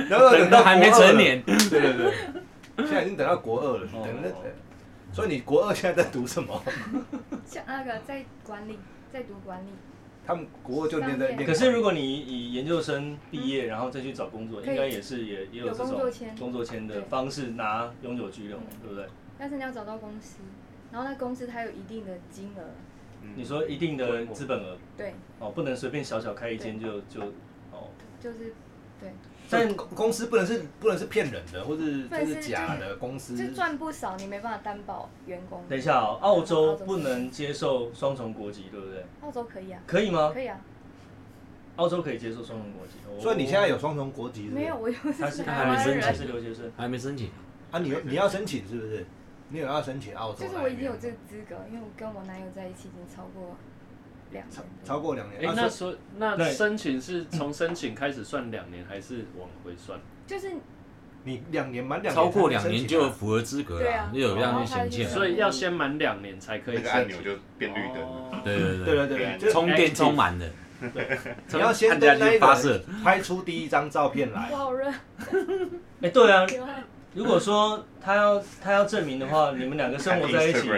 [SPEAKER 3] 然后
[SPEAKER 1] 等
[SPEAKER 3] 到
[SPEAKER 1] 到还没
[SPEAKER 3] 国二了
[SPEAKER 1] 成，年，
[SPEAKER 3] 对对对，现在已经等到国二了，
[SPEAKER 5] 哦
[SPEAKER 3] 等了，所以你国二现在在读什么？
[SPEAKER 6] 像那个在管理，在读管理，
[SPEAKER 3] 他们国二就念在念，
[SPEAKER 5] 可是如果你以研究生毕业，然后再去找工作，应该也是也也有这种
[SPEAKER 6] 有工作签
[SPEAKER 5] 工作签的
[SPEAKER 6] 对嗯
[SPEAKER 5] 方式拿永久居留嘛，对不对？
[SPEAKER 6] 但是你要找到公司，然后那公司它有一定的金额，
[SPEAKER 5] 你说一定的资本额
[SPEAKER 6] 对，
[SPEAKER 5] 哦，不能随便小小开一间就就哦。
[SPEAKER 6] 就是
[SPEAKER 3] 但公公司不能是不能是骗人的，或是就是假的公司，
[SPEAKER 6] 就赚不少，你没办法担保员工。
[SPEAKER 5] 等一下哦，澳洲不能接受双重国籍，对不对？
[SPEAKER 6] 澳洲可以啊，
[SPEAKER 5] 可以吗
[SPEAKER 6] 可？以啊，
[SPEAKER 5] 澳洲可以接受双重国籍，哦
[SPEAKER 3] 所以你现在有双重国籍是不是
[SPEAKER 6] 没有，我又
[SPEAKER 5] 他
[SPEAKER 6] 是
[SPEAKER 5] 是他
[SPEAKER 6] 台
[SPEAKER 1] 还没
[SPEAKER 5] 还
[SPEAKER 6] 湾
[SPEAKER 1] 申
[SPEAKER 5] 是
[SPEAKER 1] 请
[SPEAKER 5] 还
[SPEAKER 6] 人，
[SPEAKER 5] 是留学生，
[SPEAKER 1] 还没申请。
[SPEAKER 3] 啊？你有你要申请是不是？你有要申请澳洲
[SPEAKER 6] 就
[SPEAKER 3] 来
[SPEAKER 6] 是
[SPEAKER 3] 源吗？
[SPEAKER 6] 我已经有这个资格，因为我跟我男友在一起已经超过两年
[SPEAKER 3] 超
[SPEAKER 6] 了，
[SPEAKER 3] 超过两年。
[SPEAKER 7] 哎
[SPEAKER 3] 啊，
[SPEAKER 7] 那
[SPEAKER 3] 所
[SPEAKER 7] 说那
[SPEAKER 5] 对
[SPEAKER 7] 申请是从申请开始算两年，还是往回算？
[SPEAKER 6] 就是
[SPEAKER 3] 以你两年满两年
[SPEAKER 1] 超过两年
[SPEAKER 3] 才能申请
[SPEAKER 1] 就
[SPEAKER 3] 啊
[SPEAKER 1] 符合资格
[SPEAKER 6] 对
[SPEAKER 1] 了
[SPEAKER 6] 啊，
[SPEAKER 1] 就有这样去
[SPEAKER 6] 然后
[SPEAKER 1] 衔接
[SPEAKER 6] 她就
[SPEAKER 1] 了。
[SPEAKER 7] 所以要先满两年才可以
[SPEAKER 4] 那
[SPEAKER 7] 申
[SPEAKER 4] 个
[SPEAKER 7] 请。
[SPEAKER 4] 按钮就变绿 灯，
[SPEAKER 7] 哦
[SPEAKER 1] 对对
[SPEAKER 3] 对
[SPEAKER 1] 对，
[SPEAKER 3] 对对，
[SPEAKER 4] 对
[SPEAKER 3] 就
[SPEAKER 1] 充电充满了，
[SPEAKER 3] 你要先
[SPEAKER 1] 他
[SPEAKER 3] 跟
[SPEAKER 1] 家
[SPEAKER 3] 那
[SPEAKER 1] 就
[SPEAKER 3] 一
[SPEAKER 1] 发
[SPEAKER 3] 个人
[SPEAKER 1] 射，
[SPEAKER 3] 拍出第一张照片来
[SPEAKER 6] 我，好热，
[SPEAKER 5] 哎，对啊，
[SPEAKER 6] 流汗
[SPEAKER 5] 如果说他要他要证明的话，你们两个生活在一起，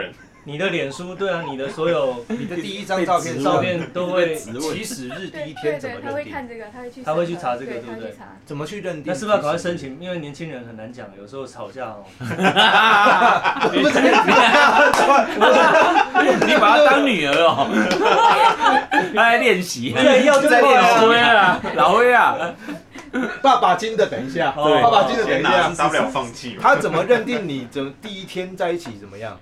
[SPEAKER 5] 你的脸书对啊，你的所 有
[SPEAKER 3] 你的第一张照片
[SPEAKER 5] 照片都会，
[SPEAKER 1] 植物
[SPEAKER 3] 起始日第
[SPEAKER 6] 对
[SPEAKER 3] 一天
[SPEAKER 6] 对
[SPEAKER 3] 怎么
[SPEAKER 6] 对，他会
[SPEAKER 3] 认定？
[SPEAKER 6] 看这个，他会去审核，
[SPEAKER 5] 他会去查这个对
[SPEAKER 6] 对，他
[SPEAKER 5] 不对
[SPEAKER 6] 会去查。
[SPEAKER 3] 怎么去认定？
[SPEAKER 5] 那是不是要赶快申？请？因为年轻人很难讲，有时候吵架哦。
[SPEAKER 3] 不是，
[SPEAKER 1] 你把她当女儿哦，她在练习。
[SPEAKER 5] 对，要就
[SPEAKER 3] 在练
[SPEAKER 5] 啊
[SPEAKER 1] 老威啊，老威啊，
[SPEAKER 3] 爸爸金的，等一下，
[SPEAKER 5] 对
[SPEAKER 3] 爸爸金的，等
[SPEAKER 4] 哦天
[SPEAKER 3] 一
[SPEAKER 4] 哪，
[SPEAKER 3] 下。
[SPEAKER 4] 大不了放弃嘛。
[SPEAKER 3] 他怎么认定你怎么第一天在一起怎么样？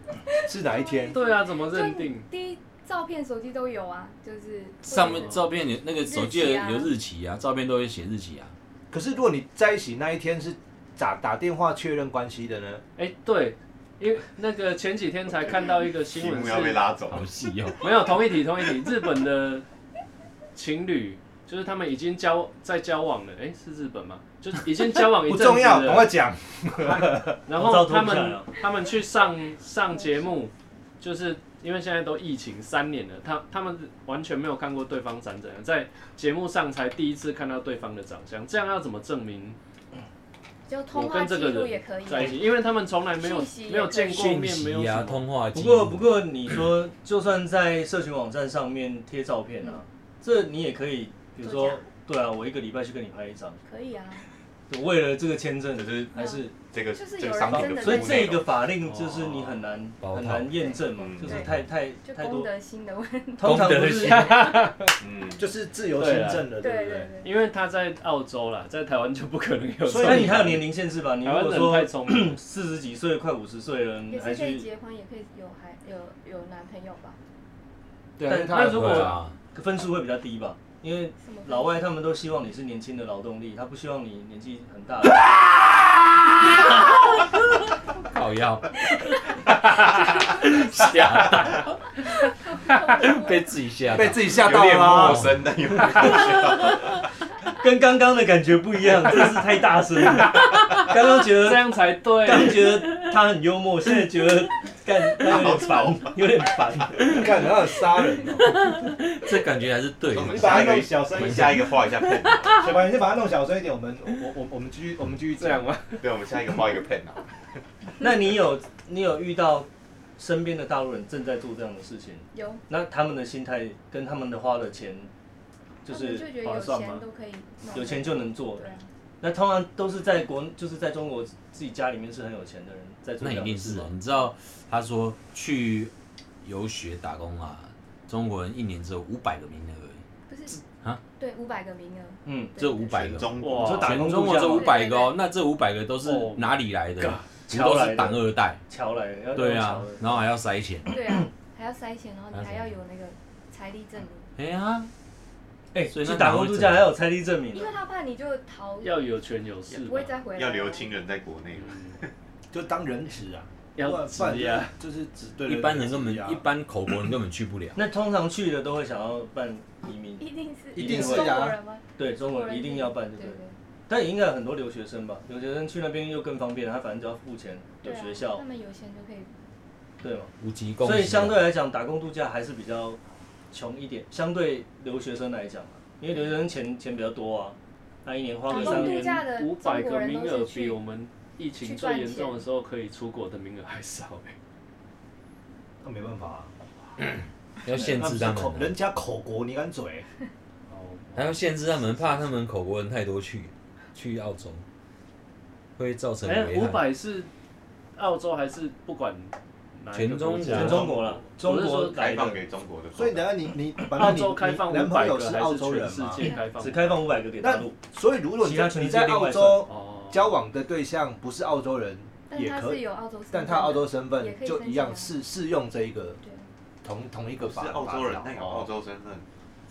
[SPEAKER 3] 是哪一天？
[SPEAKER 7] 对啊，怎么
[SPEAKER 6] 就
[SPEAKER 7] 认定？
[SPEAKER 6] 第一照片、手机都有啊，就是
[SPEAKER 1] 上面
[SPEAKER 6] 或者是
[SPEAKER 1] 照片有那个手机有日期啊，照片都会写日 期啊。
[SPEAKER 3] 可是如果你在一起那一天是打打电话确认关系的呢？
[SPEAKER 7] 哎，对，因为那个前几天才看到一个
[SPEAKER 4] 题
[SPEAKER 7] 新闻
[SPEAKER 4] 目
[SPEAKER 7] 是
[SPEAKER 4] 要被拉走，
[SPEAKER 1] 好细哦，
[SPEAKER 7] 没有同一题，同一题。日本的情侣就是他们已经交在交往了，哎，是日本吗？就是已经交往一
[SPEAKER 3] 不
[SPEAKER 7] 阵子了
[SPEAKER 3] 重要，赶快讲。
[SPEAKER 7] 然
[SPEAKER 5] 我照
[SPEAKER 7] 后
[SPEAKER 5] 脱
[SPEAKER 7] 他
[SPEAKER 5] 不下来哦
[SPEAKER 7] 们嗯
[SPEAKER 5] 了
[SPEAKER 7] 他们去上上节目，就是因为现在都疫情三年了，他他们完全没有看过对方长怎样，在节目上才第一次看到对方的长相，这样要怎么证明
[SPEAKER 6] 就通
[SPEAKER 7] 我
[SPEAKER 6] 话
[SPEAKER 7] 跟
[SPEAKER 6] 记
[SPEAKER 7] 这个
[SPEAKER 6] 录也
[SPEAKER 7] 人
[SPEAKER 6] 可以，
[SPEAKER 7] 在一起？因为他们从来没有
[SPEAKER 6] 讯息也
[SPEAKER 7] 没有见过
[SPEAKER 1] 讯
[SPEAKER 7] 面，没有
[SPEAKER 1] 息啊，
[SPEAKER 7] 什么。
[SPEAKER 1] 通话
[SPEAKER 5] 不
[SPEAKER 1] 记
[SPEAKER 5] 过
[SPEAKER 1] 录
[SPEAKER 5] 不过，你说就算在社群网站上面贴照片啊，这你也可以，比如
[SPEAKER 6] 作
[SPEAKER 5] 说
[SPEAKER 6] 假，
[SPEAKER 5] 对啊，我一个礼拜去跟你拍一张，
[SPEAKER 6] 可以啊，
[SPEAKER 5] 我为了这个签证
[SPEAKER 4] 可是
[SPEAKER 5] 还是
[SPEAKER 4] 这个
[SPEAKER 6] 就是
[SPEAKER 4] 这
[SPEAKER 6] 有
[SPEAKER 4] 个
[SPEAKER 6] 人
[SPEAKER 4] 商品
[SPEAKER 6] 嗯真
[SPEAKER 4] 的
[SPEAKER 6] 的
[SPEAKER 4] 服
[SPEAKER 5] 所
[SPEAKER 4] 务
[SPEAKER 5] 以
[SPEAKER 6] 在
[SPEAKER 5] 这
[SPEAKER 4] 内
[SPEAKER 5] 个
[SPEAKER 4] 容，
[SPEAKER 5] 法令就是你很难
[SPEAKER 1] 哦
[SPEAKER 5] 很难验证嘛，
[SPEAKER 4] 嗯
[SPEAKER 5] 就是太太
[SPEAKER 6] 就
[SPEAKER 5] 太
[SPEAKER 6] 公
[SPEAKER 5] 多，
[SPEAKER 6] 德心的问题。
[SPEAKER 5] 通常不是
[SPEAKER 4] 嗯，
[SPEAKER 3] 就是自由签证了，
[SPEAKER 6] 对啊
[SPEAKER 3] 不
[SPEAKER 6] 对
[SPEAKER 3] 对？
[SPEAKER 6] 对，
[SPEAKER 7] 因为他在澳洲啦，在台湾就不可能有。
[SPEAKER 5] 所以你还有年龄限制吧？你如
[SPEAKER 7] 台湾
[SPEAKER 5] 果
[SPEAKER 7] 人太
[SPEAKER 5] 说
[SPEAKER 7] 聪明，
[SPEAKER 5] 四十几岁快五十岁了，你
[SPEAKER 6] 也
[SPEAKER 5] 嗯还
[SPEAKER 6] 是可以
[SPEAKER 5] 去
[SPEAKER 6] 结婚，也可以有孩有有男朋友吧？
[SPEAKER 9] 对啊，
[SPEAKER 5] 但
[SPEAKER 9] 因为他
[SPEAKER 5] 那
[SPEAKER 9] 有
[SPEAKER 5] 如
[SPEAKER 1] 对
[SPEAKER 5] 果
[SPEAKER 1] 啊，
[SPEAKER 5] 分数会比较低吧？因为
[SPEAKER 6] 什么
[SPEAKER 5] 老外他们都希望你是年轻的劳动力，他不希望你年纪很大 的。
[SPEAKER 1] 靠腰，吓到， 被自己吓到
[SPEAKER 9] 被。自己吓
[SPEAKER 4] 有
[SPEAKER 9] 到
[SPEAKER 4] 点
[SPEAKER 3] 啊
[SPEAKER 4] 陌
[SPEAKER 9] 了。啊
[SPEAKER 4] 生，但有 点
[SPEAKER 5] 跟刚刚的感觉不一 样，真是太大声了。刚刚觉
[SPEAKER 7] 这
[SPEAKER 5] 得，
[SPEAKER 7] 样才对。
[SPEAKER 5] 刚觉得他很幽默，现在觉得干他有点烦，有点烦。
[SPEAKER 9] 看，然后杀人哦，
[SPEAKER 1] 这感觉还是对的
[SPEAKER 4] 我。们
[SPEAKER 3] 你把
[SPEAKER 4] 下
[SPEAKER 3] 它
[SPEAKER 4] 一个
[SPEAKER 3] 弄小
[SPEAKER 4] 我
[SPEAKER 3] 声一
[SPEAKER 4] 们
[SPEAKER 3] 下
[SPEAKER 4] 下，一个画一下 pen，啊
[SPEAKER 3] 小白，你先把它弄小声一点。我们我我我们继续我们继续
[SPEAKER 7] 这样吗？
[SPEAKER 4] 对，我们下一个画一个 pen 啊，
[SPEAKER 5] 那你有你有遇到身边的大陆人正在做这样的事情，
[SPEAKER 6] 有，
[SPEAKER 5] 那他们的心态跟他们的花的钱，就
[SPEAKER 6] 他们
[SPEAKER 5] 是
[SPEAKER 6] 就觉得
[SPEAKER 5] 划
[SPEAKER 6] 有
[SPEAKER 5] 算
[SPEAKER 6] 钱
[SPEAKER 5] 吗？
[SPEAKER 6] 都可以弄，
[SPEAKER 5] 有钱就能做
[SPEAKER 6] 对啊。
[SPEAKER 5] 那通常都是在国，就是在中国自己家里面是很有钱的人在做
[SPEAKER 1] 那
[SPEAKER 5] 这
[SPEAKER 1] 一
[SPEAKER 5] 样
[SPEAKER 1] 定
[SPEAKER 5] 的
[SPEAKER 1] 是
[SPEAKER 5] 事
[SPEAKER 1] 的
[SPEAKER 5] 吗。。
[SPEAKER 1] 你知道他说去游学打工啊，中国人一年只有五百个名额而已，
[SPEAKER 6] 不是
[SPEAKER 1] 啊？
[SPEAKER 6] 对，五百个名额，
[SPEAKER 5] 嗯，
[SPEAKER 1] 只有五百
[SPEAKER 4] 全
[SPEAKER 1] 个。
[SPEAKER 4] 中
[SPEAKER 7] 哇
[SPEAKER 4] 国，
[SPEAKER 5] 说打
[SPEAKER 1] 全
[SPEAKER 5] 工
[SPEAKER 1] 中
[SPEAKER 5] 度
[SPEAKER 1] 国
[SPEAKER 5] 假
[SPEAKER 1] 这五
[SPEAKER 5] 嘛，
[SPEAKER 1] 百个哦
[SPEAKER 6] 对对，对
[SPEAKER 1] 那这五百个都是
[SPEAKER 7] 哦
[SPEAKER 1] 哪里来的？不
[SPEAKER 5] 乔
[SPEAKER 1] 都
[SPEAKER 5] 来
[SPEAKER 1] 是
[SPEAKER 5] 的
[SPEAKER 1] 党二代，
[SPEAKER 5] 乔来的，要
[SPEAKER 1] 对
[SPEAKER 5] 要
[SPEAKER 1] 啊
[SPEAKER 5] 乔来，的
[SPEAKER 1] 然后还要塞钱。
[SPEAKER 6] 对啊，还要筛钱，然后
[SPEAKER 1] 还要
[SPEAKER 6] 你还
[SPEAKER 1] 筛
[SPEAKER 6] 要
[SPEAKER 1] 钱
[SPEAKER 6] 有那个财力证明，
[SPEAKER 1] 哎呀，
[SPEAKER 5] 哎，
[SPEAKER 1] 所以
[SPEAKER 5] 去
[SPEAKER 1] 那
[SPEAKER 5] 打
[SPEAKER 1] 哪
[SPEAKER 5] 工
[SPEAKER 1] 会
[SPEAKER 5] 度
[SPEAKER 1] 怎
[SPEAKER 5] 假
[SPEAKER 1] 样
[SPEAKER 5] 还有财力证明
[SPEAKER 6] 因
[SPEAKER 5] 啊。
[SPEAKER 6] 为。他怕你就逃，
[SPEAKER 7] 要有权有势吧，
[SPEAKER 6] 不会再回来。
[SPEAKER 4] 要留亲人在国内，
[SPEAKER 3] 就当人质啊，不
[SPEAKER 7] 要
[SPEAKER 3] 然
[SPEAKER 7] 急
[SPEAKER 3] 不
[SPEAKER 7] 啊
[SPEAKER 3] 然就
[SPEAKER 7] 呀。
[SPEAKER 3] 就是只对
[SPEAKER 1] 一般人根本
[SPEAKER 3] 对对
[SPEAKER 1] 一般口国人根本去不了
[SPEAKER 5] 那通常去的都会想要办移民，
[SPEAKER 6] 一定是
[SPEAKER 5] 一定
[SPEAKER 6] 中
[SPEAKER 5] 会
[SPEAKER 9] 啊
[SPEAKER 6] 国人吗？
[SPEAKER 5] 对，中国人一定要办，对
[SPEAKER 6] 对
[SPEAKER 5] 不对？
[SPEAKER 6] 对
[SPEAKER 5] 但也应该有很多留学生吧？留学生去那边又更方便，他反正只要付钱，有
[SPEAKER 6] 对啊
[SPEAKER 5] 学校
[SPEAKER 6] 他，们有钱就可以。
[SPEAKER 5] 对吗？
[SPEAKER 1] 无极共
[SPEAKER 5] 所以
[SPEAKER 1] 识啊
[SPEAKER 5] 相对来讲，打工度假还是比较穷一点，相对留学生来讲啊，因为留学生钱钱比较多啊，他一年花
[SPEAKER 6] 打
[SPEAKER 5] 个
[SPEAKER 6] 啊工
[SPEAKER 5] 三
[SPEAKER 6] 度
[SPEAKER 5] 年，
[SPEAKER 6] 假的
[SPEAKER 7] 五
[SPEAKER 6] 中
[SPEAKER 7] 百
[SPEAKER 6] 国
[SPEAKER 7] 个
[SPEAKER 6] 人
[SPEAKER 7] 名
[SPEAKER 6] 都
[SPEAKER 7] 额
[SPEAKER 6] 是
[SPEAKER 7] 比我
[SPEAKER 6] 去，
[SPEAKER 7] 们疫情
[SPEAKER 6] 去
[SPEAKER 7] 最
[SPEAKER 6] 赚
[SPEAKER 7] 严重的时候可以出国的名额还少哎。
[SPEAKER 3] 那没办法啊，
[SPEAKER 1] 要限制他
[SPEAKER 3] 那口
[SPEAKER 1] 们
[SPEAKER 3] 人
[SPEAKER 1] 啊，
[SPEAKER 3] 家口国，你敢嘴？哦
[SPEAKER 1] 还要限制他们，怕他们口国人太多去去澳洲，会造成
[SPEAKER 7] 哎，
[SPEAKER 1] 危
[SPEAKER 7] 五
[SPEAKER 1] 害。
[SPEAKER 7] 百是澳洲还是不管哪一个
[SPEAKER 1] 全中
[SPEAKER 7] 国家
[SPEAKER 5] 全中国了，中
[SPEAKER 7] 我
[SPEAKER 5] 国
[SPEAKER 7] 是说
[SPEAKER 5] 来
[SPEAKER 4] 开放
[SPEAKER 5] 的
[SPEAKER 4] 给中国的朋 友，
[SPEAKER 3] 所以等下你你反
[SPEAKER 7] 澳
[SPEAKER 3] 正你
[SPEAKER 7] 洲开
[SPEAKER 3] 你
[SPEAKER 7] 放
[SPEAKER 3] 男
[SPEAKER 7] 五
[SPEAKER 3] 朋
[SPEAKER 7] 百
[SPEAKER 3] 友
[SPEAKER 7] 个
[SPEAKER 3] 是
[SPEAKER 7] 还
[SPEAKER 3] 澳
[SPEAKER 7] 是
[SPEAKER 3] 洲
[SPEAKER 7] 全
[SPEAKER 3] 人
[SPEAKER 7] 世
[SPEAKER 3] 嘛？
[SPEAKER 7] 界开放？
[SPEAKER 5] 只开放五百个给大
[SPEAKER 3] 那
[SPEAKER 5] 陆，
[SPEAKER 3] 所以如果你
[SPEAKER 5] 其他
[SPEAKER 3] 在
[SPEAKER 5] 全
[SPEAKER 3] 你
[SPEAKER 5] 世界
[SPEAKER 3] 在
[SPEAKER 5] 另外
[SPEAKER 3] 澳
[SPEAKER 5] 算
[SPEAKER 3] 洲
[SPEAKER 7] 哦，
[SPEAKER 3] 交往的对象不是澳洲人，
[SPEAKER 6] 但
[SPEAKER 3] 也
[SPEAKER 6] 他
[SPEAKER 3] 可
[SPEAKER 6] 是
[SPEAKER 3] 以，
[SPEAKER 6] 有澳洲身份的，
[SPEAKER 3] 但他澳洲身
[SPEAKER 6] 也
[SPEAKER 3] 份
[SPEAKER 6] 可以
[SPEAKER 3] 就
[SPEAKER 6] 申
[SPEAKER 3] 一
[SPEAKER 6] 请
[SPEAKER 3] 样
[SPEAKER 6] 啊
[SPEAKER 3] 适适用这一个
[SPEAKER 6] 对啊
[SPEAKER 3] 同同一个
[SPEAKER 4] 不
[SPEAKER 3] 法
[SPEAKER 4] 是澳洲人，哦
[SPEAKER 3] 那
[SPEAKER 4] 但有澳洲身份，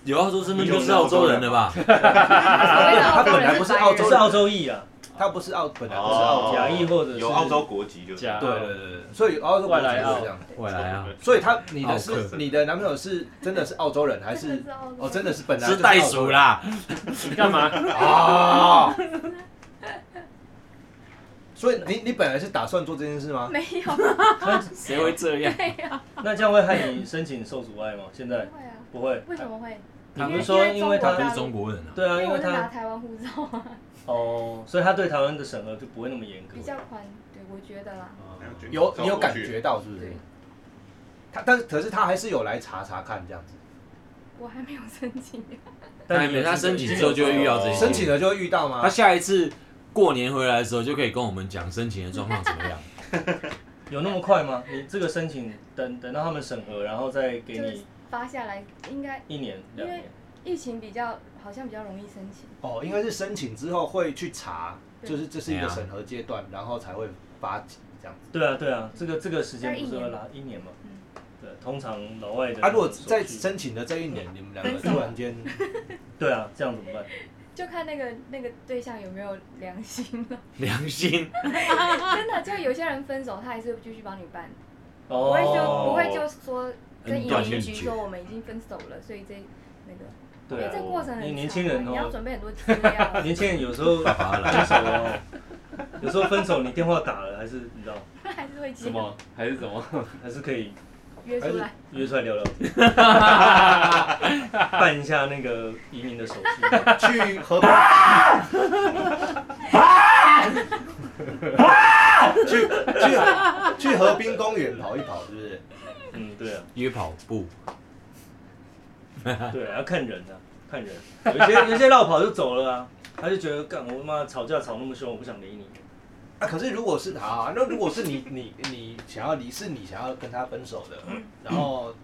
[SPEAKER 1] 有澳洲身份就是澳洲人了吧？
[SPEAKER 6] 他
[SPEAKER 3] 哦本来不是澳洲
[SPEAKER 5] 不是
[SPEAKER 3] 人
[SPEAKER 5] 澳洲裔啊，
[SPEAKER 3] 他不是澳本来不是澳
[SPEAKER 4] 哦
[SPEAKER 5] 假裔或者是
[SPEAKER 4] 有澳洲国籍就是
[SPEAKER 7] 假
[SPEAKER 3] 对对对对，所以澳洲国籍是这样。
[SPEAKER 1] 外来啊，
[SPEAKER 3] 所以他你
[SPEAKER 1] 奥
[SPEAKER 3] 的
[SPEAKER 1] 克
[SPEAKER 3] 是你的男朋友是真的是澳洲人还 是哦真的是本来就是是
[SPEAKER 1] 袋鼠
[SPEAKER 3] 人
[SPEAKER 1] 啦，
[SPEAKER 7] 你干 嘛？
[SPEAKER 3] 啊？所以你你本来是打算做这件事吗？
[SPEAKER 6] 没有，不
[SPEAKER 1] 谁会这样？
[SPEAKER 5] 那这样会害你申请受阻碍吗？现在
[SPEAKER 6] 会啊，
[SPEAKER 5] 不会，
[SPEAKER 6] 为什么会？
[SPEAKER 5] 你不
[SPEAKER 6] 因
[SPEAKER 5] 是
[SPEAKER 6] 为
[SPEAKER 5] 说因
[SPEAKER 6] 因
[SPEAKER 5] 为
[SPEAKER 6] 为
[SPEAKER 5] 他
[SPEAKER 6] 中
[SPEAKER 1] 他是中国人啊，
[SPEAKER 5] 对啊，
[SPEAKER 6] 因为
[SPEAKER 5] 因
[SPEAKER 6] 我
[SPEAKER 5] 为
[SPEAKER 6] 是拿
[SPEAKER 5] 他
[SPEAKER 6] 台湾护照啊，
[SPEAKER 5] 哦，所以他对台湾的审核就不会那么严格
[SPEAKER 6] 比。较宽，对我觉得啦，
[SPEAKER 3] 有你有感觉到是不是
[SPEAKER 6] 对？
[SPEAKER 3] 他但是可是他还是有来查查看这样子，
[SPEAKER 6] 我还没有申请。
[SPEAKER 1] 但
[SPEAKER 5] 你
[SPEAKER 1] 没
[SPEAKER 5] 有
[SPEAKER 1] 他
[SPEAKER 5] 这个
[SPEAKER 1] 申请之后就会遇到这些。
[SPEAKER 3] 哦申请了就会遇到吗
[SPEAKER 1] 他？下一次过年回来的时候就可以跟我们讲申请的状况怎么样。
[SPEAKER 5] 有那么快吗？你这个申请等等到他们审核，然后再给
[SPEAKER 6] 就是
[SPEAKER 5] 你
[SPEAKER 6] 发下来，应该
[SPEAKER 5] 一年
[SPEAKER 6] 因
[SPEAKER 5] 两
[SPEAKER 6] 为
[SPEAKER 5] 年。
[SPEAKER 6] 疫情比较好像比较容易申请，
[SPEAKER 3] 哦，应该是申请之后会去查，
[SPEAKER 6] 对
[SPEAKER 3] 就是这是一
[SPEAKER 1] 对
[SPEAKER 3] 个
[SPEAKER 1] 啊
[SPEAKER 3] 审核阶段，然后才会发起这样子。
[SPEAKER 5] 对啊，对啊，这个这个时间
[SPEAKER 6] 大概
[SPEAKER 5] 不是
[SPEAKER 6] 一
[SPEAKER 5] 会
[SPEAKER 6] 年
[SPEAKER 5] 拉一年嘛
[SPEAKER 6] 嗯？
[SPEAKER 5] 对，通常老外的
[SPEAKER 3] 啊，如果
[SPEAKER 5] 那种手
[SPEAKER 3] 在
[SPEAKER 5] 续
[SPEAKER 3] 申请的这一年，你们两个
[SPEAKER 6] 分手
[SPEAKER 3] 突然间，
[SPEAKER 5] 对啊，这样怎么办？
[SPEAKER 6] 就看那个那个对象有没有良心 了。
[SPEAKER 1] 良心，
[SPEAKER 6] 真的，就有些人分手，他还是会继续帮你办，不会就不
[SPEAKER 5] 哦，
[SPEAKER 6] 会就说跟移民局说我们已经分手了，所以这那个，因
[SPEAKER 5] 对
[SPEAKER 6] 为
[SPEAKER 5] 啊
[SPEAKER 6] 这，过程很
[SPEAKER 5] 你
[SPEAKER 6] 长
[SPEAKER 5] 年轻人哦
[SPEAKER 6] 你要准备很多资 料。啊
[SPEAKER 5] 年轻人有时候分手哦，有时候分手你电话打了还是你知道，
[SPEAKER 6] 还是会接
[SPEAKER 7] 什么？还是什么？
[SPEAKER 5] 还是可以
[SPEAKER 6] 约出来，
[SPEAKER 5] 约出来聊聊天，办一下那个移民的手续。
[SPEAKER 3] 去河边，去去去河滨公园跑一跑，是不是？
[SPEAKER 5] 嗯，对啊，
[SPEAKER 1] 约跑步，，
[SPEAKER 5] 对啊，要看人啊，看人，有些有些绕跑就走了啊，他就觉得干我他妈吵架吵那么凶，我不想理你。
[SPEAKER 3] 啊，可是如果是他、啊，那如果是你，你你想要你是你想要跟他分手的，然后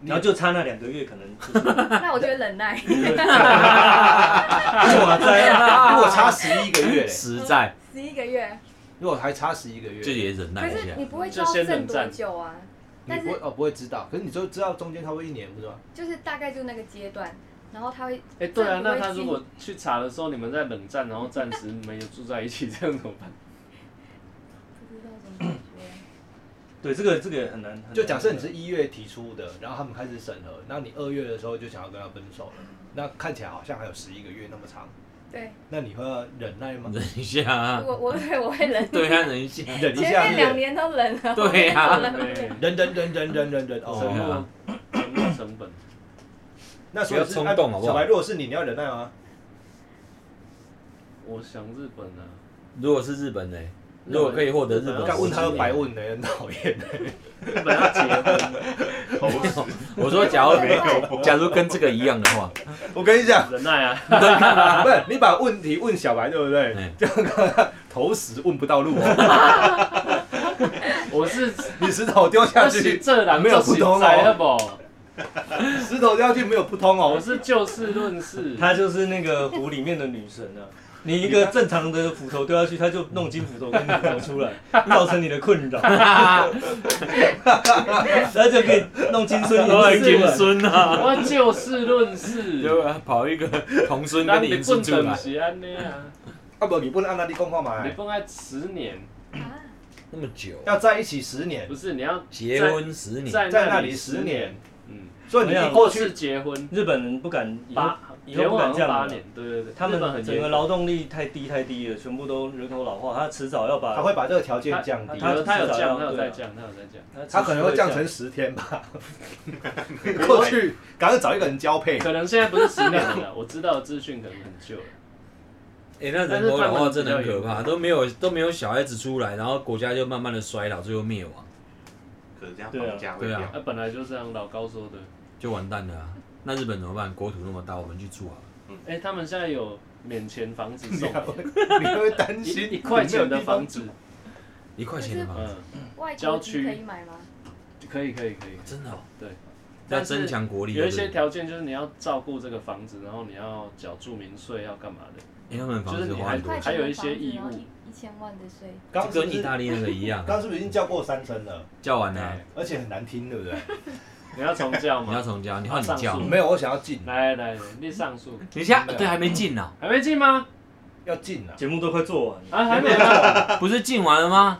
[SPEAKER 3] 你
[SPEAKER 5] 然后就差那两个月，可能就是
[SPEAKER 6] 那我就会忍耐。
[SPEAKER 5] 哇塞啊！
[SPEAKER 3] 如果差十一个月
[SPEAKER 1] 实在
[SPEAKER 6] 十一个月，
[SPEAKER 3] 如果还差十一个月，
[SPEAKER 1] 就也忍
[SPEAKER 6] 可
[SPEAKER 1] 耐一
[SPEAKER 6] 是
[SPEAKER 1] 下
[SPEAKER 6] 你。不会知
[SPEAKER 7] 就
[SPEAKER 6] 道
[SPEAKER 7] 先
[SPEAKER 6] 剩
[SPEAKER 7] 冷
[SPEAKER 6] 多
[SPEAKER 7] 战
[SPEAKER 6] 久啊？
[SPEAKER 3] 你
[SPEAKER 6] 但
[SPEAKER 3] 不会
[SPEAKER 6] 是
[SPEAKER 3] 哦不会知道，可是你就知道中间差不多一年不是吗？
[SPEAKER 6] 就是大概就那个阶段，然后他会
[SPEAKER 7] 哎、对啊，
[SPEAKER 6] 政府
[SPEAKER 7] 那
[SPEAKER 6] 会
[SPEAKER 7] 他
[SPEAKER 6] 进
[SPEAKER 7] 如果去查的时候，你们在冷战，然后暂时没有住在一起，这样怎么办？
[SPEAKER 6] 不知道怎么解决。
[SPEAKER 5] 对，这个这个也很难。很难
[SPEAKER 3] 就假设你是一月提出的，然后他们开始审核，然后你二月的时候就想要跟他分手了，那看起来好像还有十一个月那么长，
[SPEAKER 6] 对，
[SPEAKER 3] 那你会要忍耐吗？
[SPEAKER 1] 忍一下啊，
[SPEAKER 6] 我我对我会忍，
[SPEAKER 1] 对啊，忍一下。
[SPEAKER 3] 忍一
[SPEAKER 6] 前
[SPEAKER 3] 下
[SPEAKER 6] 面两
[SPEAKER 3] 忍，
[SPEAKER 6] 年都忍了。
[SPEAKER 1] 对啊
[SPEAKER 7] 对，
[SPEAKER 3] 忍忍忍忍忍忍忍
[SPEAKER 7] 沉
[SPEAKER 3] 哦。
[SPEAKER 1] 对
[SPEAKER 7] 默
[SPEAKER 1] 啊，
[SPEAKER 7] 沉默成本。
[SPEAKER 3] 那哦所以是哎
[SPEAKER 1] 不要冲动好不好
[SPEAKER 3] 小白，如果是你，你要忍耐吗？
[SPEAKER 7] 我想日本啊，
[SPEAKER 1] 如果是日本呢？如果可以获得日本，
[SPEAKER 3] 敢问他
[SPEAKER 1] 有
[SPEAKER 3] 又白。问的，很讨厌。
[SPEAKER 7] 日本要结婚，
[SPEAKER 4] 投死！
[SPEAKER 1] 我说，假如 假如跟这个一样的话，
[SPEAKER 3] 我跟你讲，
[SPEAKER 7] 忍耐啊，
[SPEAKER 3] 不是你把问题问小白对不对
[SPEAKER 1] 嗯？
[SPEAKER 3] 这样看投石问不到路哦，
[SPEAKER 7] 我是
[SPEAKER 3] 你石头丢下
[SPEAKER 7] 要洗
[SPEAKER 3] 去，
[SPEAKER 7] 这人
[SPEAKER 3] 没有不通哦
[SPEAKER 7] 了不？
[SPEAKER 3] 石头掉下去没有不通
[SPEAKER 7] 我
[SPEAKER 3] 哦。
[SPEAKER 7] 是就事论事，
[SPEAKER 5] 她就是那个湖里面的女神 啊！你一个正常的斧头丢下去，她就弄金斧头跟你头出来，造成你的困 扰，她就可以弄金孙
[SPEAKER 1] 都
[SPEAKER 5] 银
[SPEAKER 1] 金
[SPEAKER 5] 出来。
[SPEAKER 1] 孙啊，
[SPEAKER 7] 我要就事论事，
[SPEAKER 1] 就跑一个童孙
[SPEAKER 7] 咱
[SPEAKER 1] 跟你
[SPEAKER 7] 日
[SPEAKER 1] 银孙
[SPEAKER 7] 本
[SPEAKER 1] 出来
[SPEAKER 7] 就，是安尼啊，
[SPEAKER 3] 啊不，你不能按那里讲话嘛
[SPEAKER 7] 日，本要十年，
[SPEAKER 6] 啊，
[SPEAKER 1] 那么久，
[SPEAKER 3] 要在一起十年
[SPEAKER 7] 不，是你要
[SPEAKER 1] 结婚十年，
[SPEAKER 7] 在
[SPEAKER 3] 在那
[SPEAKER 7] 那
[SPEAKER 3] 里十年，，
[SPEAKER 7] 嗯，
[SPEAKER 3] 所以你
[SPEAKER 5] 没有
[SPEAKER 3] 一过
[SPEAKER 7] 或是
[SPEAKER 3] 去
[SPEAKER 7] 结婚
[SPEAKER 5] 日本人不敢以后
[SPEAKER 7] 八，
[SPEAKER 5] 以
[SPEAKER 7] 结
[SPEAKER 5] 后不敢
[SPEAKER 7] 婚好
[SPEAKER 5] 这样
[SPEAKER 7] 像八
[SPEAKER 5] 了
[SPEAKER 7] 年，对对对，
[SPEAKER 5] 他
[SPEAKER 7] 日本很
[SPEAKER 5] 们整
[SPEAKER 7] 严
[SPEAKER 5] 个
[SPEAKER 7] 格
[SPEAKER 5] 劳动力太低太低了，全部都人口老化，他迟早要把
[SPEAKER 3] 他会把这个条件
[SPEAKER 7] 他
[SPEAKER 3] 降低，
[SPEAKER 7] 他有他有
[SPEAKER 5] 他
[SPEAKER 7] 降，他有
[SPEAKER 5] 对
[SPEAKER 7] 在
[SPEAKER 5] 啊
[SPEAKER 7] 降，他有在降，
[SPEAKER 5] 他
[SPEAKER 3] 他可能会降成十天吧。 过去赶快找一个人交 配，
[SPEAKER 7] 可能现在不是十年了 啦，我知道的资讯可能很旧了。
[SPEAKER 1] 哎，那人口老化真的很可怕，都没有都没有小孩子出来，然后国家就慢慢的衰老，最后灭亡，
[SPEAKER 4] 可是这样
[SPEAKER 5] 对啊
[SPEAKER 4] 房价会掉
[SPEAKER 1] 对啊。
[SPEAKER 7] 那本来就这样，老高说的。
[SPEAKER 1] 就完蛋了啊。那日本怎么办？国土那么大，我们去住好了。
[SPEAKER 7] 哎，他们现在有免钱房子送，
[SPEAKER 3] 你会担
[SPEAKER 7] 一
[SPEAKER 3] 心
[SPEAKER 7] 一块钱的房
[SPEAKER 3] 你
[SPEAKER 7] 子
[SPEAKER 3] 没有地，
[SPEAKER 1] 一块钱的房子，
[SPEAKER 7] 嗯，
[SPEAKER 6] 外
[SPEAKER 7] 郊
[SPEAKER 6] 国
[SPEAKER 7] 区
[SPEAKER 6] 籍可以买吗？
[SPEAKER 7] 嗯可以可以可以。
[SPEAKER 1] 真的哦
[SPEAKER 7] 对，
[SPEAKER 1] 要
[SPEAKER 7] 但是
[SPEAKER 1] 增强国力。
[SPEAKER 7] 有一些
[SPEAKER 1] 对不对
[SPEAKER 7] 条件就是你要照顾这个房子，然后你要缴住民税，要干嘛的？
[SPEAKER 1] 哎他们房
[SPEAKER 7] 就是
[SPEAKER 1] 子
[SPEAKER 7] 你
[SPEAKER 1] 花
[SPEAKER 7] 还
[SPEAKER 1] 很
[SPEAKER 6] 一
[SPEAKER 1] 多
[SPEAKER 6] 块
[SPEAKER 1] 钱，
[SPEAKER 6] 钱
[SPEAKER 7] 还有
[SPEAKER 6] 的
[SPEAKER 7] 一
[SPEAKER 6] 房
[SPEAKER 7] 些
[SPEAKER 6] 子，
[SPEAKER 7] 义
[SPEAKER 6] 然后
[SPEAKER 7] 务
[SPEAKER 6] 一一千万的税，
[SPEAKER 1] 就
[SPEAKER 3] 方刚是不
[SPEAKER 1] 跟
[SPEAKER 3] 是
[SPEAKER 1] 意大利那个一样啊，
[SPEAKER 3] 刚是不是已经叫过三声了？
[SPEAKER 1] 叫完了，
[SPEAKER 7] 哎
[SPEAKER 3] 而且很难听，对不对？
[SPEAKER 7] 你要重叫
[SPEAKER 1] 你要
[SPEAKER 7] 吗？
[SPEAKER 1] 重叫，你换你
[SPEAKER 7] 上
[SPEAKER 1] 叫
[SPEAKER 7] 诉，
[SPEAKER 3] 没有，我想要进，
[SPEAKER 7] 来来来，你上诉
[SPEAKER 1] 你现在对还没进呢，
[SPEAKER 7] 还没进吗？
[SPEAKER 3] 要进啊！
[SPEAKER 5] 节目都快做完了，
[SPEAKER 7] 啊，还没啊？
[SPEAKER 1] 不是进完了吗？